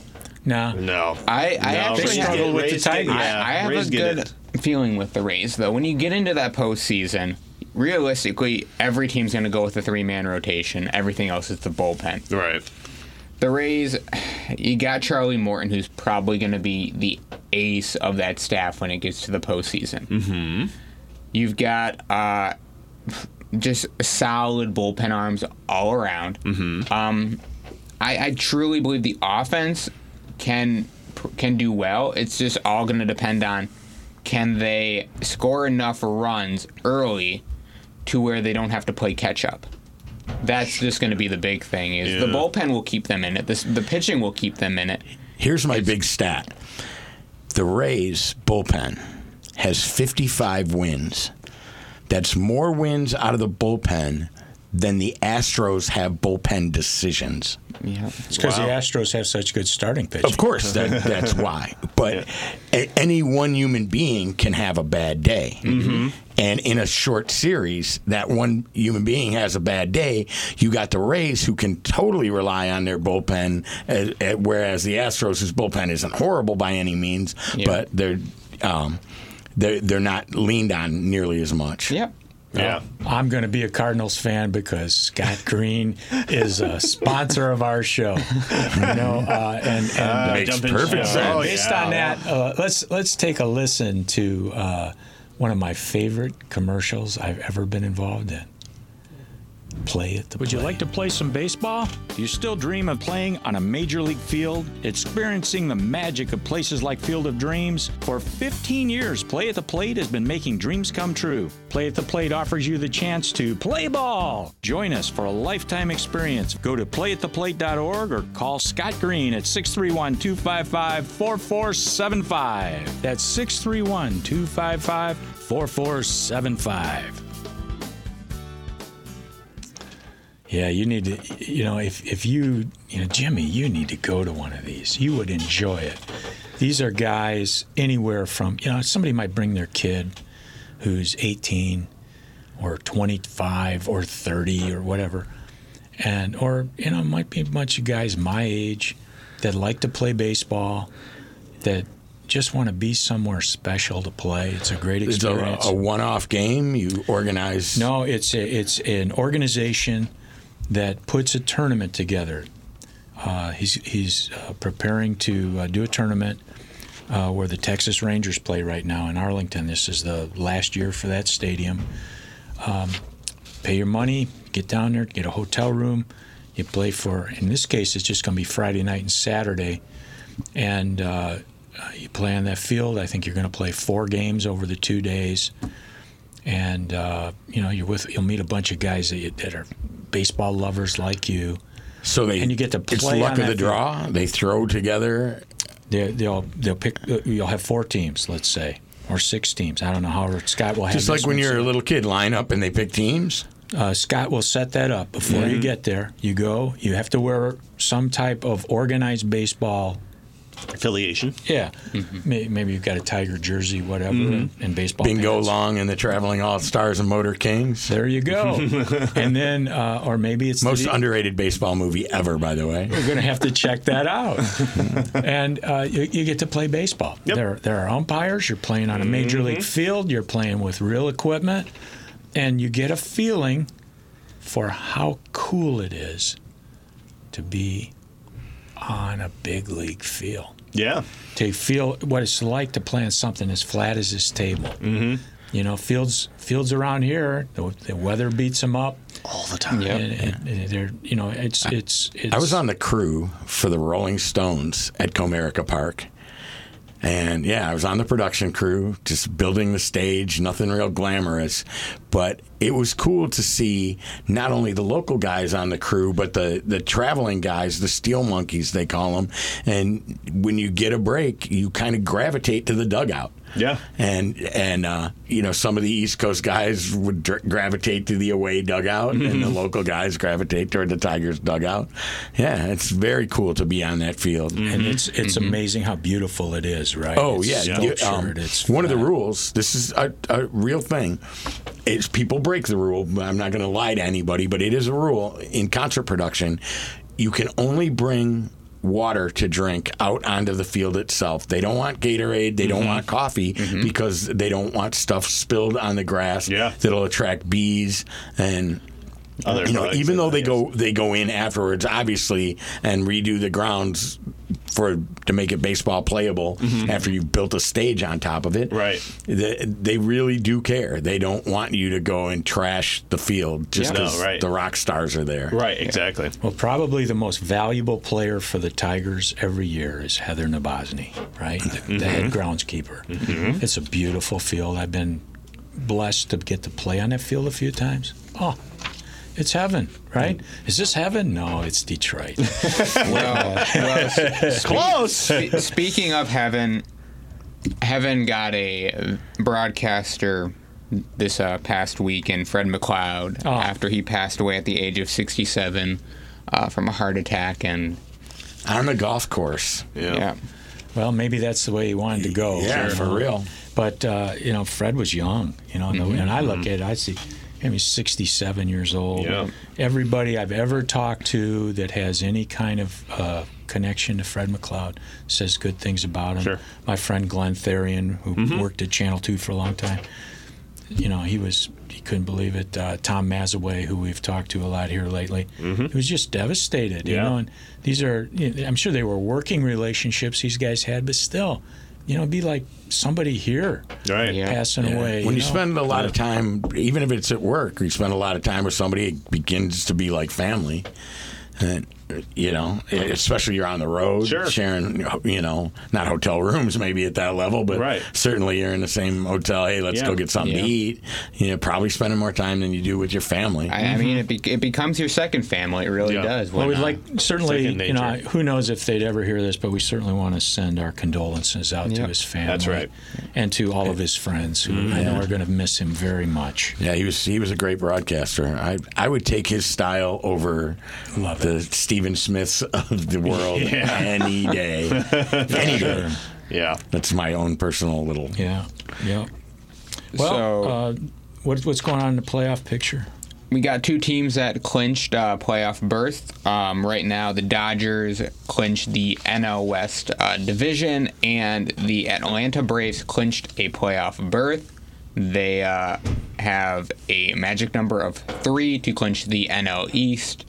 Speaker 6: Nah,
Speaker 7: No.
Speaker 8: I, I
Speaker 7: No,
Speaker 8: actually
Speaker 7: Rays
Speaker 8: have-
Speaker 6: struggle
Speaker 7: get-
Speaker 6: with the
Speaker 7: Rays get-
Speaker 6: Tigers.
Speaker 7: yeah,
Speaker 8: I, I have
Speaker 7: Rays
Speaker 8: a
Speaker 7: get
Speaker 8: good
Speaker 7: it.
Speaker 8: feeling with the Rays, though. When you get into that postseason, realistically, every team's going to go with a three-man rotation. Everything else is the bullpen.
Speaker 7: Right.
Speaker 8: The Rays, you got Charlie Morton, who's probably going to be the ace of that staff when it gets to the postseason. Mm-hmm. You've got uh, just solid bullpen arms all around. Mm-hmm. Um, I, I truly believe the offense can can do well. It's just all going to depend on can they score enough runs early to where they don't have to play catch up. That's just going to be the big thing. Is the
Speaker 7: Yeah.
Speaker 8: bullpen will keep them in it. This, the pitching will keep them in it.
Speaker 2: Here's my big stat: the Rays bullpen has fifty-five wins. That's more wins out of the bullpen than the Astros have bullpen decisions.
Speaker 8: Yeah.
Speaker 6: it's because the Astros have such good starting pitching.
Speaker 2: Of course, that, that's why. But a- any one human being can have a bad day.
Speaker 6: Mm-hmm.
Speaker 2: And in a short series, that one human being has a bad day. You got the Rays, who can totally rely on their bullpen, eh, eh, whereas the Astros, whose bullpen isn't horrible by any means,
Speaker 8: Yeah.
Speaker 2: but they're um, they're they're not leaned on nearly as much.
Speaker 8: Yep.
Speaker 7: Yeah.
Speaker 6: I'm going to be a Cardinals fan because Scott Green is a sponsor of our show. You know, uh, and, and uh,
Speaker 2: Makes
Speaker 7: Jumping
Speaker 2: perfect
Speaker 7: shot.
Speaker 2: sense.
Speaker 7: Oh,
Speaker 6: based
Speaker 7: yeah.
Speaker 6: on that, uh, let's let's take a listen to uh, one of my favorite commercials I've ever been involved in. Play it. Would you like to play some baseball? Do you still dream of playing on a major league field? Experiencing the magic of places like Field of Dreams? For 15 years, Play at the Plate has been making dreams come true. Play at the Plate offers you the chance to play ball. Join us for a lifetime experience. Go to playattheplate.org or call Scott Green at 631 255 4475. That's 631 255 4475. Yeah, you need to. You know, if if you, you know, Jimmy, you need to go to one of these. You would enjoy it. These are guys anywhere from. You know, somebody might bring their kid, who's 18, or 25, or 30, or whatever, and or you know, might be a bunch of guys my age that like to play baseball, that just want to be somewhere special to play. It's a great
Speaker 2: It's a,
Speaker 6: experience.
Speaker 2: a one-off game. You organize.
Speaker 6: No, it's a, it's an organization that puts a tournament together. Uh, he's he's uh, preparing to uh, do a tournament uh, where the Texas Rangers play right now in Arlington. This is the last year for that stadium. Um, pay your money, Get down there, get a hotel room. You play for, in this case, it's just going to be Friday night and Saturday. And uh, uh, you play on that field. I think you're going to play four games over the two days. And, uh, you know, you're with, you'll meet a bunch of guys that, you, that are baseball lovers like you.
Speaker 2: So they
Speaker 6: And you get to
Speaker 2: It's
Speaker 6: play
Speaker 2: luck
Speaker 6: on
Speaker 2: of the
Speaker 6: that field.
Speaker 2: draw. They throw together.
Speaker 6: They, they'll, they'll pick, uh, you'll have four teams, let's say, or six teams. I don't know how Scott will have
Speaker 2: Just like
Speaker 6: this
Speaker 2: when
Speaker 6: one
Speaker 2: you're
Speaker 6: set.
Speaker 2: a little kid, line up and they pick teams.
Speaker 6: Uh, Scott will set that up before
Speaker 2: Mm-hmm.
Speaker 6: you get there. You go. You have to wear some type of organized baseball.
Speaker 7: affiliation.
Speaker 6: Yeah,
Speaker 2: Mm-hmm.
Speaker 6: May maybe you've got a Tiger jersey, whatever, and, and baseball.
Speaker 2: Bingo
Speaker 6: pants.
Speaker 2: Long and the Traveling All Stars and Motor Kings.
Speaker 6: There you go. and then, uh, or maybe it's
Speaker 2: Most
Speaker 6: the,
Speaker 2: underrated baseball movie ever, by the way.
Speaker 6: We're going to have to check that out. and uh, you, you get to play baseball. There, there are umpires. You're playing on a major
Speaker 7: Mm-hmm.
Speaker 6: league field. You're playing with real equipment, and you get a feeling for how cool it is to be on a big league field.
Speaker 7: Yeah.
Speaker 6: To feel what it's like to play on something as flat as this table. Mm-hmm. You know, fields fields around here, the, the weather beats them up.
Speaker 7: All the time.
Speaker 8: Yep.
Speaker 6: And, and- and they're, you know, it's it's it's.
Speaker 2: I was on the crew for the Rolling Stones at Comerica Park. And yeah, I was on the production crew, just building the stage, nothing real glamorous. But it was cool to see not only the local guys on the crew, but the, the traveling guys, the steel monkeys, they call them. And when you get a break, you kind of gravitate to the dugout.
Speaker 7: Yeah.
Speaker 2: And, and uh, you know, some of the East Coast guys would dr- gravitate to the away dugout, and the local guys gravitate toward the Tigers dugout. Yeah, it's very cool to be on that field.
Speaker 6: and it's it's amazing how beautiful it is, right?
Speaker 2: Mm-hmm. Oh
Speaker 6: It's
Speaker 2: yeah, you-
Speaker 6: sculptured,
Speaker 2: um,
Speaker 6: it's
Speaker 2: one of the
Speaker 6: flat.
Speaker 2: rules. This is a, a real thing. Is people break the rule? I'm not going to lie to anybody, but it is a rule in concert production. You can only bring water to drink out onto the field itself. They don't want Gatorade. They
Speaker 6: Mm-hmm.
Speaker 2: don't want coffee because they don't want stuff spilled on the grass
Speaker 7: Yeah.
Speaker 2: that'll attract bees and
Speaker 7: Other
Speaker 2: you know,
Speaker 7: products
Speaker 2: even
Speaker 7: and
Speaker 2: though they
Speaker 7: things.
Speaker 2: go they go in afterwards, obviously, and redo the grounds for to make it baseball playable after you've built a stage on top of it.
Speaker 7: Mm-hmm. Right.
Speaker 2: They, they really do care. They don't want you to go and trash the field just
Speaker 7: Yeah. No,
Speaker 2: because
Speaker 7: right.
Speaker 2: the rock stars are there.
Speaker 7: Right. Exactly.
Speaker 6: Well, probably the most valuable player for the Tigers every year is Heather Nabosny, right? The, the head
Speaker 2: Mm-hmm.
Speaker 6: groundskeeper. It's a beautiful field. I've been blessed to get to play on that field a few times. Oh. It's heaven,
Speaker 2: Mm.
Speaker 6: right? Is this heaven? No, it's Detroit.
Speaker 8: Well, well
Speaker 7: Close.
Speaker 8: Spe- Speaking of heaven, heaven got a broadcaster this uh, past weekend, Fred McLeod,
Speaker 6: Oh.
Speaker 8: after he passed away at the age of 67 uh, from a heart attack. And
Speaker 2: On the golf course.
Speaker 8: yeah,
Speaker 6: well, maybe that's the way he wanted to go.
Speaker 2: Yeah,
Speaker 6: you
Speaker 2: for
Speaker 6: know?
Speaker 2: real. Mm-hmm.
Speaker 6: But uh, you know, Fred was young. You know, and the- and I look at it, I see him. He's sixty-seven years old.
Speaker 7: Yeah.
Speaker 6: Everybody I've ever talked to that has any kind of uh, connection to Fred McLeod says good things about him.
Speaker 7: Sure.
Speaker 6: My friend Glenn Therian, who
Speaker 2: Mm-hmm.
Speaker 6: worked at Channel Two for a long time, you know, he was he couldn't believe it. Uh, Tom Mazaway, who we've talked to a lot here lately, he was just devastated. You
Speaker 7: Yeah.
Speaker 6: know, and these are you know, I'm sure they were working relationships these guys had, but still, you know, it'd be like somebody here
Speaker 7: Right.
Speaker 8: Yeah.
Speaker 6: passing away.
Speaker 2: When you,
Speaker 6: know?
Speaker 2: spend a lot of time, even if it's at work, you spend a lot of time with somebody, it begins to be like family. And, you know, especially you're on the road,
Speaker 7: Sure.
Speaker 2: sharing, you know, not hotel rooms maybe at that level, but
Speaker 7: Right.
Speaker 2: certainly you're in the same hotel. Hey, let's
Speaker 7: Yeah.
Speaker 2: go get something
Speaker 8: Yeah.
Speaker 2: to eat. You know, probably spending more time than you do with your family.
Speaker 8: I, I mean, it, be- it becomes your second family. It really
Speaker 7: Yeah.
Speaker 8: does.
Speaker 6: well,
Speaker 8: when,
Speaker 6: we'd
Speaker 8: uh,
Speaker 6: like certainly,
Speaker 7: second
Speaker 6: you know,
Speaker 7: nature.
Speaker 6: who knows if they'd ever hear this, but we certainly want to send our condolences out to
Speaker 8: Yep.
Speaker 6: his family.
Speaker 7: That's right.
Speaker 6: And to all of his friends who I know are going to miss him very much.
Speaker 2: yeah, he was he was a great broadcaster. I I would take his style over
Speaker 6: Love
Speaker 2: the Stephen Smiths of the world any day, any day.
Speaker 7: Yeah.
Speaker 2: That's my own personal little
Speaker 6: Yeah. Yeah. Well,
Speaker 8: So-
Speaker 6: uh, what, what's going on in the playoff picture?
Speaker 8: We got two teams that clinched uh, playoff berth. Um, right now, the Dodgers clinched the NL West uh, division, and the Atlanta Braves clinched a playoff berth. They uh, have a magic number of three to clinch the NL East.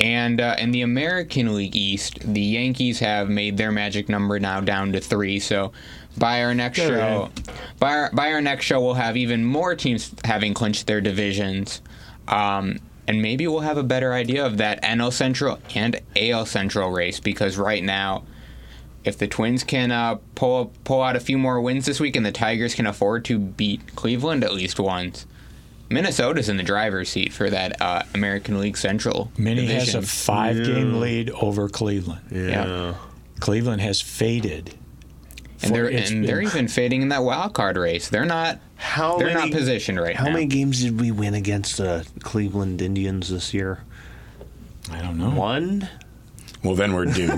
Speaker 8: And uh, in the American League East, the Yankees have made their magic number now down to three. So by our next show, by our, by our next show, we'll have even more teams having clinched their divisions. Um, and and maybe we'll have a better idea of that NL Central and AL Central race because right now, if the Twins can uh, pull pull out a few more wins this week and the Tigers can afford to beat Cleveland at least once, Minnesota's in the driver's seat for that uh, American League Central.
Speaker 6: Minnie has
Speaker 8: division.
Speaker 6: a five game lead over Cleveland.
Speaker 8: Yeah.
Speaker 6: Cleveland has faded.
Speaker 8: and they're
Speaker 6: For- it's
Speaker 8: and they're
Speaker 6: been-
Speaker 8: even fading in that wild card race. They're not.
Speaker 7: How
Speaker 8: they're
Speaker 7: many-
Speaker 8: not positioned right
Speaker 7: How
Speaker 8: now.
Speaker 7: many games did we win against the Cleveland Indians this year?
Speaker 6: I don't know.
Speaker 7: One.
Speaker 2: Well, then we're due.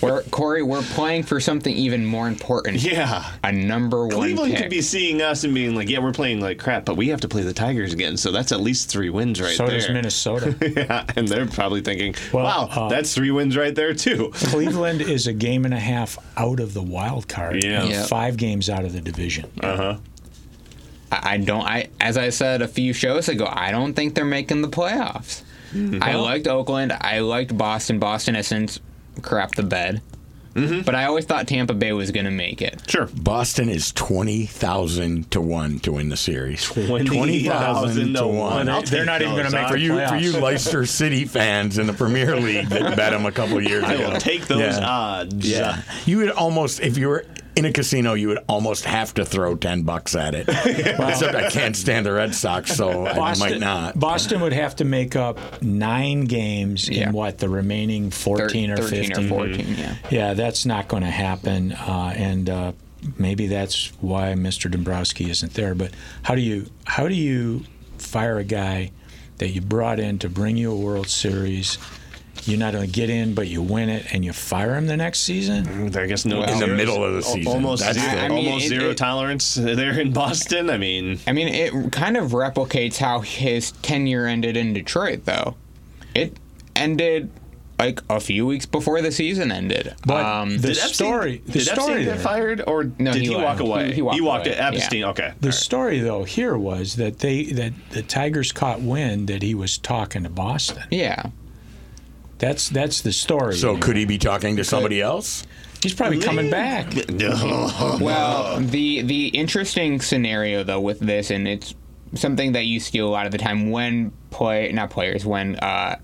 Speaker 8: We're, Corey, we're playing for something even more important.
Speaker 7: Yeah.
Speaker 8: A number one.
Speaker 7: Cleveland
Speaker 8: pick.
Speaker 7: could be seeing us and being like, "Yeah, we're playing like crap, but we have to play the Tigers again." So that's at least three wins right
Speaker 6: so
Speaker 7: there.
Speaker 6: does Minnesota.
Speaker 7: yeah, and they're probably thinking,
Speaker 6: Well,
Speaker 7: "Wow,
Speaker 6: uh,
Speaker 7: that's three wins right there too."
Speaker 6: Cleveland is a game and a half out of the wild card.
Speaker 7: Yeah.
Speaker 6: and
Speaker 8: Yeah.
Speaker 6: Five games out of the division.
Speaker 8: I I don't. I as I said a few shows ago, I don't think they're making the playoffs. I liked Oakland. I liked Boston. Boston has since crapped the bed. But I always thought Tampa Bay was going to make it.
Speaker 7: Sure.
Speaker 2: Boston is 20,000 to 1 to win the series.
Speaker 7: 20,000 to one. I'll
Speaker 6: They're
Speaker 7: take
Speaker 6: not even
Speaker 7: those.
Speaker 6: going to make
Speaker 7: I-
Speaker 2: For
Speaker 6: the
Speaker 2: you, for you
Speaker 6: playoffs.
Speaker 2: Leicester City fans in the Premier League that bet them a couple years
Speaker 7: I
Speaker 2: ago.
Speaker 7: will take those
Speaker 2: Yeah.
Speaker 7: odds.
Speaker 2: Yeah. You would almost, if you were in a casino, you would almost have to throw 10 bucks at it. Except I can't stand the Red Sox, so I might not.
Speaker 6: Boston would have to make up nine games
Speaker 8: Yeah.
Speaker 6: in what the remaining
Speaker 8: Thir-
Speaker 6: fourteen or
Speaker 8: 13
Speaker 6: fifteen.
Speaker 8: or 14, yeah.
Speaker 6: Yeah, that's not going to happen, uh, and uh, maybe that's why Mr. Dombrowski isn't there. But how do you how do you fire a guy that you brought in to bring you a World Series? You not only get in, but you win it, and you fire him the next season.
Speaker 7: Uh, I guess no.
Speaker 8: Well, In the
Speaker 7: zeros-
Speaker 2: middle of the
Speaker 7: al-
Speaker 2: season.
Speaker 7: Almost
Speaker 2: That's
Speaker 7: zero,
Speaker 8: the- I mean,
Speaker 7: almost
Speaker 8: it-
Speaker 7: zero
Speaker 8: it-
Speaker 7: tolerance there in Boston. I mean,
Speaker 8: I mean, it kind of replicates how his tenure ended in Detroit, though. It ended like a few weeks before the season ended.
Speaker 6: But
Speaker 8: um,
Speaker 6: the
Speaker 7: did Epstein,
Speaker 6: story, the
Speaker 7: did
Speaker 6: story
Speaker 7: Epstein get
Speaker 6: there-
Speaker 7: fired or
Speaker 8: No,
Speaker 7: did
Speaker 8: he
Speaker 7: he,
Speaker 8: left.
Speaker 7: walk
Speaker 8: He-
Speaker 7: away?
Speaker 8: he walked away,
Speaker 7: to Epstein. Okay.
Speaker 6: The story, though, here was that they that the Tigers caught wind that he was talking to Boston.
Speaker 8: yeah.
Speaker 6: That's that's the story.
Speaker 2: So could he be talking to somebody else?
Speaker 6: he's probably coming back?
Speaker 7: No.
Speaker 8: Well, the the interesting scenario though with this, and it's something that you see a lot of the time when play not players when uh,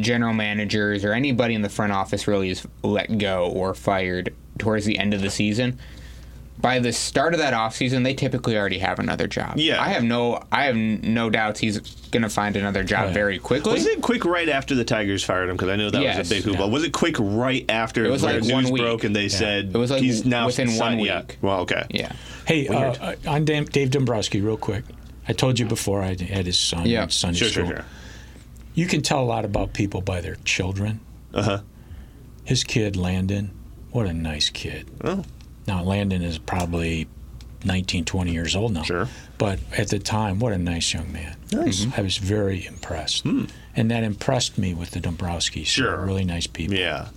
Speaker 8: general managers or anybody in the front office really is let go or fired towards the end of the season. By the start of that offseason, they typically already have another job.
Speaker 7: Yeah.
Speaker 8: I have no, I have no doubts he's gonna find another job
Speaker 6: yeah.
Speaker 8: very quickly.
Speaker 7: Oh, Was it quick right after the Tigers fired him? Because I know that was
Speaker 8: Yes.
Speaker 7: a big hoopla. Was it quick right after
Speaker 8: It was
Speaker 7: where
Speaker 8: like
Speaker 7: news
Speaker 8: one week.
Speaker 7: broke and they said
Speaker 8: It was like
Speaker 7: he's now
Speaker 8: within
Speaker 7: signed-
Speaker 8: one
Speaker 7: yeah.
Speaker 8: week.
Speaker 7: Well, okay.
Speaker 8: Yeah,
Speaker 6: Hey, uh, on Dan, Dave Dombrowski, real quick. I told you before I had his son
Speaker 8: Yeah.
Speaker 6: in Sunday
Speaker 7: Sure,
Speaker 6: school.
Speaker 7: sure, sure.
Speaker 6: You can tell a lot about people by their children.
Speaker 7: Uh huh.
Speaker 6: His kid, Landon, what a nice kid.
Speaker 7: Oh,
Speaker 6: Now, Landon is probably 19, 20 years old now.
Speaker 7: Sure.
Speaker 6: But at the time, what a nice young man.
Speaker 7: Nice. Hmm.
Speaker 6: I was very impressed. And that impressed me with the Dombrowskis.
Speaker 7: Sure.
Speaker 6: Really nice people.
Speaker 7: yeah.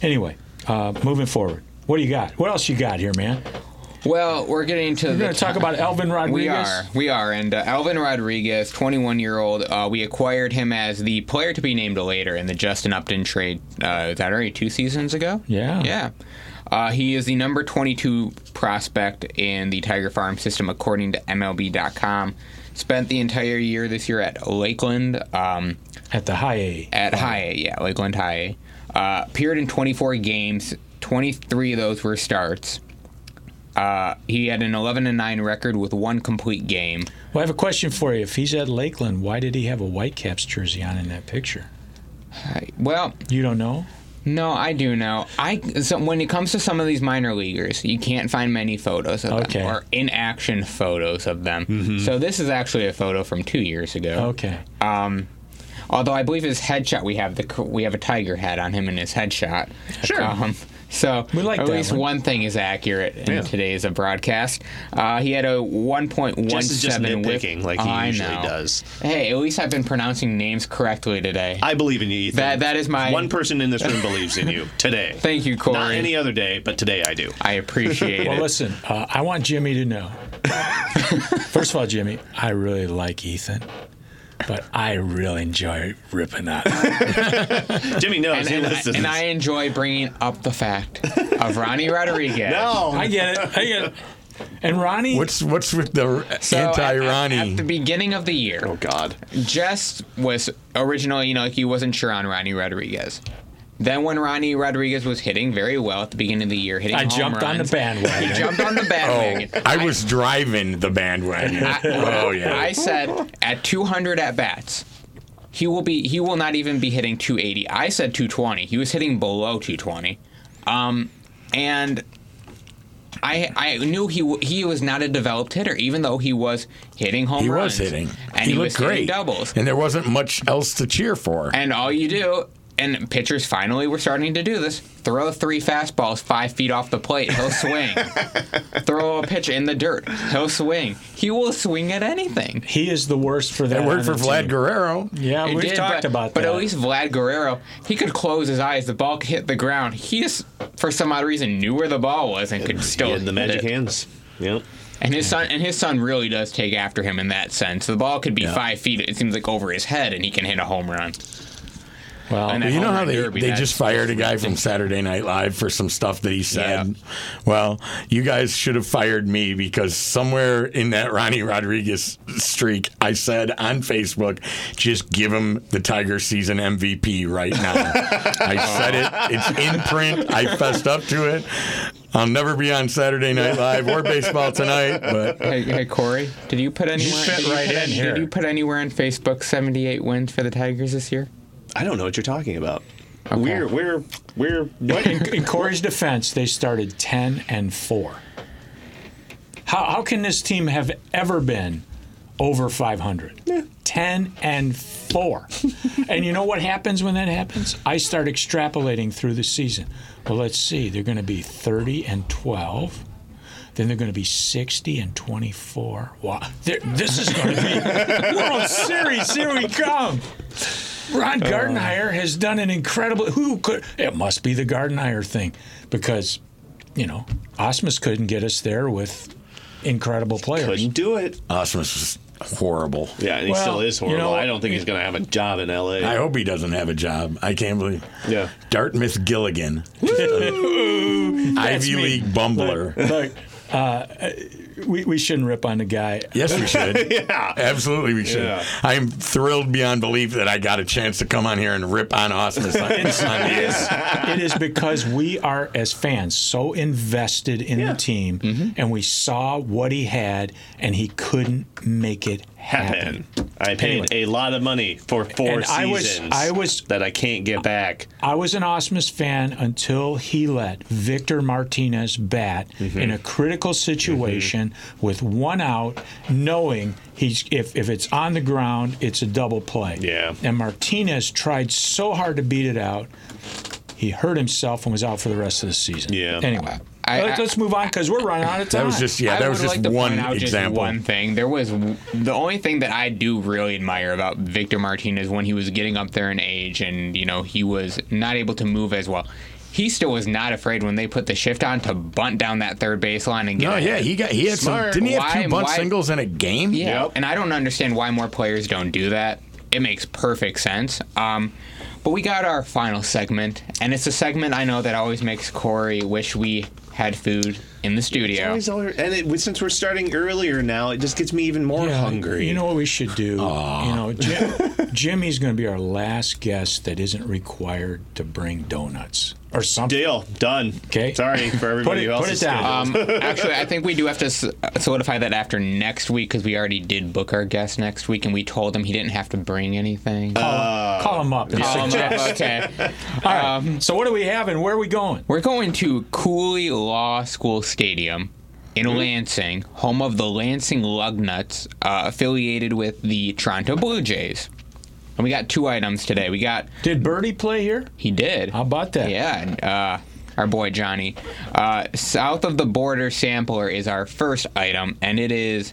Speaker 6: Anyway, uh, moving forward. What do you got? What else you got here, man?
Speaker 8: Well, we're getting into
Speaker 6: We're
Speaker 8: the
Speaker 6: going to talk
Speaker 8: ti-
Speaker 6: about Elvin Rodriguez.
Speaker 8: We are. We are. And uh, Alvin Rodriguez, 21 year old, uh, we acquired him as the player to be named later in the Justin Upton trade. Uh, is that already two seasons ago?
Speaker 6: Yeah.
Speaker 8: Yeah. Uh, he is the number 22 prospect in the Tiger Farm system, according to MLB.com. Spent the entire year this year at Lakeland. Um,
Speaker 6: At the high A.
Speaker 8: at High A, yeah, Lakeland High A. Uh, appeared in 24 games. 23 of those were starts. Uh, he had an 11 and 9 record with one complete game.
Speaker 6: Well, I have a question for you. If he's at Lakeland, why did he have a Whitecaps jersey on in that picture?
Speaker 8: Well,
Speaker 6: You don't know?
Speaker 8: no, I do know. I so when it comes to some of these minor leaguers, you can't find many photos of
Speaker 6: Okay.
Speaker 8: them or in-action photos of them. So this is actually a photo from two years ago.
Speaker 6: Okay.
Speaker 8: Um, although I believe his headshot, we have the c- we have a tiger hat on him in his headshot. Sure. Um, so
Speaker 6: We like
Speaker 8: at
Speaker 6: that
Speaker 8: least
Speaker 6: one.
Speaker 8: one. thing is accurate in today's uh, broadcast. Uh, he had a 1.17
Speaker 7: Jess is just
Speaker 8: whip.
Speaker 7: nitpicking like he
Speaker 8: I
Speaker 7: usually
Speaker 8: know.
Speaker 7: does.
Speaker 8: Hey, at least I've been pronouncing names correctly today.
Speaker 7: I believe in you, Ethan.
Speaker 8: That- that is my-
Speaker 7: One person in this room believes in you today.
Speaker 8: Thank you, Corey.
Speaker 7: Not any other day, but today I do.
Speaker 8: I appreciate
Speaker 6: Well,
Speaker 8: it.
Speaker 6: listen, uh, I want Jimmy to know. First of all, Jimmy, I really like Ethan, but I really enjoy ripping up.
Speaker 7: Jimmy knows.
Speaker 8: And,
Speaker 7: he
Speaker 8: and, I,
Speaker 7: listens.
Speaker 8: and I enjoy bringing up the fact of Ronnie Rodriguez.
Speaker 7: no,
Speaker 6: I get it. I get it. And Ronnie,
Speaker 2: What's what's with the
Speaker 8: So, at- at- At,
Speaker 2: anti-Ronnie?
Speaker 8: the beginning of the year,
Speaker 7: Oh God.
Speaker 8: Jess was originally, you know, he wasn't sure on Ronnie Rodriguez. Then when Ronnie Rodriguez was hitting very well at the beginning of the year, hitting
Speaker 6: I
Speaker 8: home
Speaker 6: jumped on the
Speaker 8: runs, He
Speaker 6: bandwagon.
Speaker 8: jumped on the
Speaker 2: oh,
Speaker 8: bandwagon.
Speaker 2: I was driving the bandwagon.
Speaker 8: I,
Speaker 2: oh yeah.
Speaker 8: I said at 200 at bats, he will be. He will not even be hitting 280. I said 220. He was hitting below 220, um, and I I knew he w- he was not a developed hitter, even though he was hitting home
Speaker 2: he
Speaker 8: runs.
Speaker 2: was hitting.
Speaker 8: and
Speaker 2: he,
Speaker 8: he,
Speaker 2: looked
Speaker 8: was
Speaker 2: great.
Speaker 8: hitting doubles.
Speaker 2: And there wasn't much else to cheer for.
Speaker 8: And all you do, and pitchers finally were starting to do this: throw three fastballs five feet off the plate, he'll swing. throw a pitch in the dirt, he'll swing. He will swing at anything.
Speaker 6: he is the worst for that.
Speaker 2: it worked for
Speaker 6: on the
Speaker 2: Vlad
Speaker 6: team.
Speaker 2: Guerrero.
Speaker 6: Yeah,
Speaker 8: It
Speaker 6: we've
Speaker 8: did,
Speaker 6: talked
Speaker 8: but,
Speaker 6: about
Speaker 8: but
Speaker 6: that.
Speaker 8: at least Vlad Guerrero, he could close his eyes. The ball hit the ground. He just, for some odd reason, knew where the ball was and could still
Speaker 7: He had the
Speaker 8: hit
Speaker 7: magic
Speaker 8: it.
Speaker 7: hands. Yep.
Speaker 8: And his son, and his son really does take after him in that sense. The ball could be five feet. It seems like over his head, and he can hit a home run.
Speaker 6: well,
Speaker 8: and that
Speaker 2: you know
Speaker 8: home
Speaker 2: how
Speaker 8: run
Speaker 2: they,
Speaker 8: derby,
Speaker 2: they
Speaker 8: that's-
Speaker 2: just fired a guy from Saturday Night Live for some stuff that he said?
Speaker 8: Yeah.
Speaker 2: Well, you guys should have fired me because somewhere in that Ronnie Rodriguez streak, I said on Facebook, just give him the Tiger season MVP right now. I said it. It's in print. I fessed up to it. I'll never be on Saturday Night Live or baseball tonight, but
Speaker 8: Hey, hey Corey, did you put anywhere?
Speaker 6: fit
Speaker 8: did you
Speaker 6: right
Speaker 8: put
Speaker 6: in here.
Speaker 8: Did you put anywhere on Facebook seventy-eight wins for the Tigers this year?
Speaker 7: I don't know what you're talking about. We're we're we're
Speaker 6: in, in Corey's defense, they started 10 and 4. How, how can this team have ever been over 500? 10 and 4. and you know what happens when that happens? I start extrapolating through the season. Well, let's see. They're going to be 30 and 12. Then they're going to be 60 and 24. Wow. They're- This is going to be World Series. Here we come. Ron Gardenhire has done an incredible. Who could? It must be the Gardenhire thing, because you know Osmus couldn't get us there with incredible players.
Speaker 7: couldn't do it.
Speaker 2: Osmus was horrible.
Speaker 7: Yeah, and he
Speaker 6: Well,
Speaker 7: still is
Speaker 6: you
Speaker 7: horrible.
Speaker 6: know-
Speaker 7: I don't think he's going to have a job in L.A.
Speaker 2: I hope he doesn't have a job. I can't believe.
Speaker 7: yeah.
Speaker 2: Dartmouth Gilligan, Ivy
Speaker 6: me.
Speaker 2: League bumbler.
Speaker 6: Look, uh, we we shouldn't rip on the guy.
Speaker 2: Yes, we should. yeah, absolutely, we should.
Speaker 7: Yeah.
Speaker 2: I am thrilled beyond belief that I got a chance to come on here and rip on Osmus on, on the air.
Speaker 6: It is because we are as fans so invested in the team, and we saw what he had, and he couldn't make it happen.
Speaker 7: Happen. I paid a lot of money for four
Speaker 6: And
Speaker 7: seasons
Speaker 6: I was- I was-
Speaker 7: that I can't get back.
Speaker 6: I was an Osmus fan until he let Victor Martinez bat in a critical situation with one out, knowing he's if, if it's on the ground, it's a double play.
Speaker 7: Yeah.
Speaker 6: And Martinez tried so hard to beat it out, he hurt himself and was out for the rest of the season.
Speaker 7: Yeah.
Speaker 6: Anyway,
Speaker 8: I-
Speaker 6: let's,
Speaker 8: I-
Speaker 6: let's move on because we're running out of time.
Speaker 2: That was just yeah.
Speaker 8: I
Speaker 2: That
Speaker 8: would
Speaker 2: was just
Speaker 8: like to
Speaker 2: one
Speaker 8: point out Just
Speaker 2: example.
Speaker 8: one thing. There was the only thing that I do really admire about Victor Martinez when he was getting up there in age, and you know he was not able to move as well. He still was not afraid when they put the shift on to bunt down that third baseline and get.
Speaker 2: No,
Speaker 8: ahead.
Speaker 2: Oh, yeah, he got he had
Speaker 7: Smart.
Speaker 2: some. Didn't he have
Speaker 8: Why-
Speaker 2: two bunt
Speaker 8: why-
Speaker 2: singles in a game?
Speaker 8: Yeah,
Speaker 7: Yep.
Speaker 8: and I don't understand why more players don't do that. It makes perfect sense. Um, but we got our final segment, and it's a segment I know that always makes Corey wish we had food in the studio.
Speaker 7: Always all- And it, since we're starting earlier now, it just gets me even more
Speaker 6: Yeah,
Speaker 7: hungry.
Speaker 6: You know what we should do? You know, Jim, Jimmy's going to be our last guest that isn't required to bring donuts or something.
Speaker 7: deal done.
Speaker 6: 'Kay.
Speaker 7: Sorry for everybody
Speaker 6: it-
Speaker 7: else.
Speaker 6: put it down.
Speaker 8: Um, actually, I think we do have to s- uh, solidify that after next week because we already did book our guest next week, and we told him he didn't have to bring anything.
Speaker 6: uh, Call him up. and
Speaker 8: Um,
Speaker 6: suggest-
Speaker 8: okay.
Speaker 6: All right. so what do we have and where are we going?
Speaker 8: We're going to Cooley Law School Stadium in Lansing, home of the Lansing Lugnuts, uh, affiliated with the Toronto Blue Jays. And we got two items today. We got
Speaker 6: Did Birdie play here?
Speaker 8: he did.
Speaker 6: How about that?
Speaker 8: Yeah, and, uh, our boy Johnny. Uh, South of the Border sampler is our first item, and it is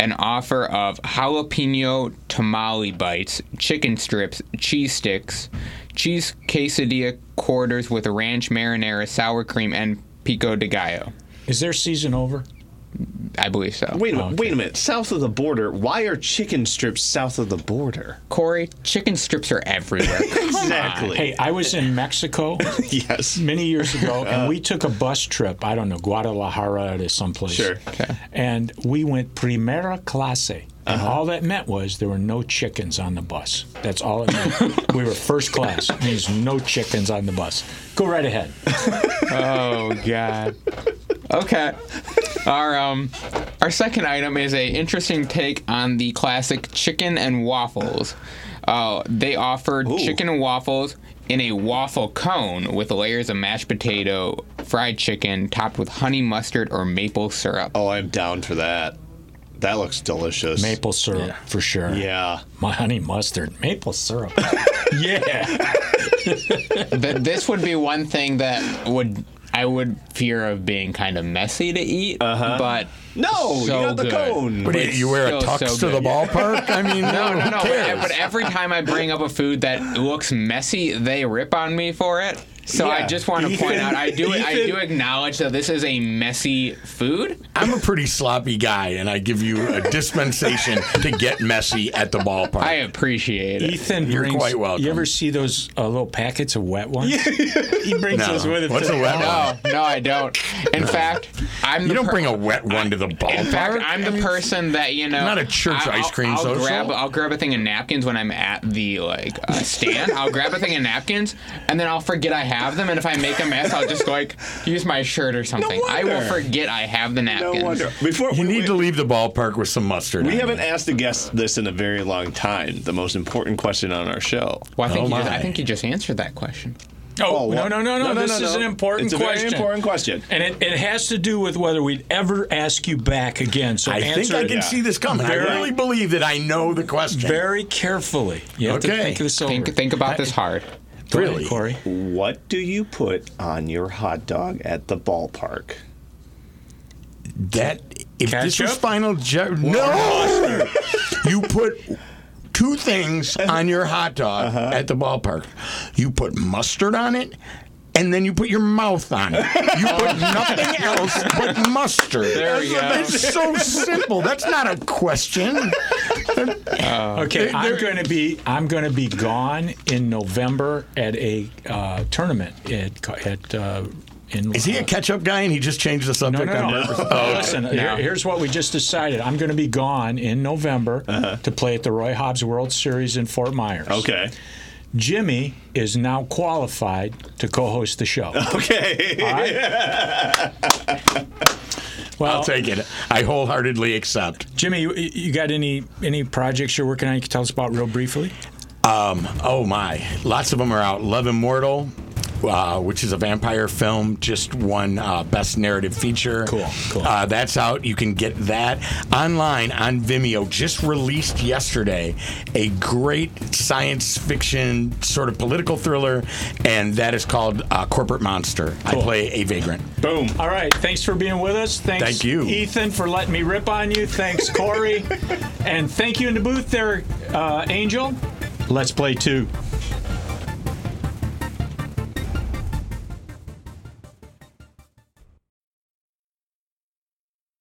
Speaker 8: an offer of jalapeno tamale bites, chicken strips, cheese sticks, cheese quesadilla quarters with ranch marinara, sour cream, and pico de gallo.
Speaker 6: Is their season over?
Speaker 8: I believe so.
Speaker 7: Wait a minute. Wait a minute. South of the border. Why are chicken strips south of the border?
Speaker 8: Corey, chicken strips are everywhere.
Speaker 7: Exactly.
Speaker 6: Hey, I was in Mexico
Speaker 7: yes.
Speaker 6: many years ago, and we took a bus trip. I don't know Guadalajara to someplace.
Speaker 7: Sure.
Speaker 6: And we went primera clase. And all that meant was there were no chickens on the bus. That's all it meant. we were first class. It means no chickens on the bus. Go right ahead.
Speaker 8: Oh God. Okay. Our um our second item is a interesting take on the classic chicken and waffles. Uh, they offered chicken and waffles in a waffle cone with layers of mashed potato, fried chicken, topped with honey mustard or maple syrup.
Speaker 7: Oh, I'm down for that. That looks delicious.
Speaker 6: Maple syrup for sure.
Speaker 7: Yeah.
Speaker 6: My honey mustard, maple syrup. yeah.
Speaker 8: Th- this would be one thing that would I would fear of being kind of messy to eat, but
Speaker 7: Uh-huh. No,
Speaker 8: So
Speaker 7: you got the
Speaker 8: good.
Speaker 7: cone.
Speaker 2: What do you,
Speaker 8: It's
Speaker 2: you wear a
Speaker 8: so,
Speaker 2: tux
Speaker 8: so
Speaker 2: to the
Speaker 8: good.
Speaker 2: ballpark? I mean,
Speaker 8: No, no,
Speaker 2: Oh, who
Speaker 8: no. But,
Speaker 2: cares?
Speaker 8: but every time I bring up a food that looks messy, they rip on me for it. So I
Speaker 7: Yeah.
Speaker 8: just want to
Speaker 7: Ethan-
Speaker 8: point out, I do, I do
Speaker 7: Ethan-
Speaker 8: acknowledge that this is a messy food.
Speaker 2: I'm a pretty sloppy guy, and I give you a dispensation to get messy at the ballpark.
Speaker 8: I appreciate it.
Speaker 6: Ethan
Speaker 2: You're
Speaker 6: brings.
Speaker 2: quite welcome.
Speaker 6: You ever see those uh, little packets of wet ones? he brings
Speaker 2: no. What's a wet one?
Speaker 8: No, no, I don't. In fact, I'm.
Speaker 2: You
Speaker 8: the
Speaker 2: don't
Speaker 8: per-
Speaker 2: bring a wet one to the ballpark.
Speaker 8: In fact, I'm the person that you know.
Speaker 2: not a church
Speaker 8: I'll-
Speaker 2: ice cream
Speaker 8: I'll
Speaker 2: social.
Speaker 8: Grab, I'll grab a thing of napkins when I'm at the like uh, stand. I'll grab a thing of napkins, and then I'll forget I have them. And if I make a mess, I'll just like use my shirt or something. I will
Speaker 7: wonder.
Speaker 8: forget I have the
Speaker 7: no
Speaker 8: napkins.
Speaker 7: wonder. Before
Speaker 2: You
Speaker 7: we-
Speaker 2: need
Speaker 7: we-
Speaker 2: to leave the ballpark with some mustard.
Speaker 7: We
Speaker 2: on
Speaker 7: haven't
Speaker 2: it.
Speaker 7: asked a guest this in a very long time. The most important question on our show.
Speaker 8: Well, I think,
Speaker 2: Oh,
Speaker 8: you just,
Speaker 2: my.
Speaker 8: I think you just answered that question.
Speaker 6: Oh, no,
Speaker 7: what?
Speaker 6: no, no, no, This is an important
Speaker 7: it's a
Speaker 6: question.
Speaker 7: Very important question.
Speaker 6: And it, it has to do with whether we'd ever ask you back again. So
Speaker 2: I think
Speaker 6: answer
Speaker 2: I
Speaker 6: it
Speaker 2: can
Speaker 7: Yeah.
Speaker 2: see this coming.
Speaker 6: Very-
Speaker 2: I really believe that I know the question.
Speaker 6: very carefully. You have to
Speaker 2: Okay.
Speaker 6: think this over.
Speaker 8: Think, think about this hard.
Speaker 6: Go ahead,
Speaker 2: Really?
Speaker 6: Corey.
Speaker 7: What do you put on your hot dog at the ballpark?
Speaker 2: That if this was
Speaker 6: Ketchup?
Speaker 2: final ju- no, you put two things on your hot dog
Speaker 6: Uh-huh.
Speaker 2: at the ballpark. You put mustard on it. And then you put your mouth on it. You put nothing else but mustard.
Speaker 8: There we
Speaker 2: That's so simple. That's not a question. Uh,
Speaker 6: Okay,
Speaker 2: They're-
Speaker 6: I'm
Speaker 2: they're-
Speaker 6: going to be I'm going to be gone in November at a uh, tournament at co- at uh, in.
Speaker 2: Is he
Speaker 6: uh,
Speaker 2: a ketchup guy and he just changed the subject?
Speaker 6: no, no,
Speaker 2: on
Speaker 6: no.
Speaker 2: purpose?
Speaker 6: Listen, here- here's what we just decided. I'm going to be gone in November
Speaker 2: Uh-huh.
Speaker 6: to play at the Roy Hobbs World Series in Fort Myers.
Speaker 7: Okay.
Speaker 6: Jimmy is now qualified to co-host the show.
Speaker 7: Okay.
Speaker 6: Well,
Speaker 2: I'll take it. I wholeheartedly accept.
Speaker 6: Jimmy, you, you got any any projects you're working on? You can tell us about real briefly.
Speaker 2: Um, oh my, lots of them are out. Love Immortal, uh, which is a vampire film, just won uh, best narrative feature.
Speaker 6: Cool, cool.
Speaker 2: Uh, that's out. You can get that online on Vimeo. Just released yesterday, a great science fiction sort of political thriller, and that is called uh, Corporate Monster. I play a vagrant.
Speaker 7: Boom.
Speaker 6: All right. Thanks for being with us. Thanks,
Speaker 2: Thank you.
Speaker 6: Ethan, for letting me rip on you. Thanks, Corey, and thank you in the booth there, uh, Angel. Let's play two.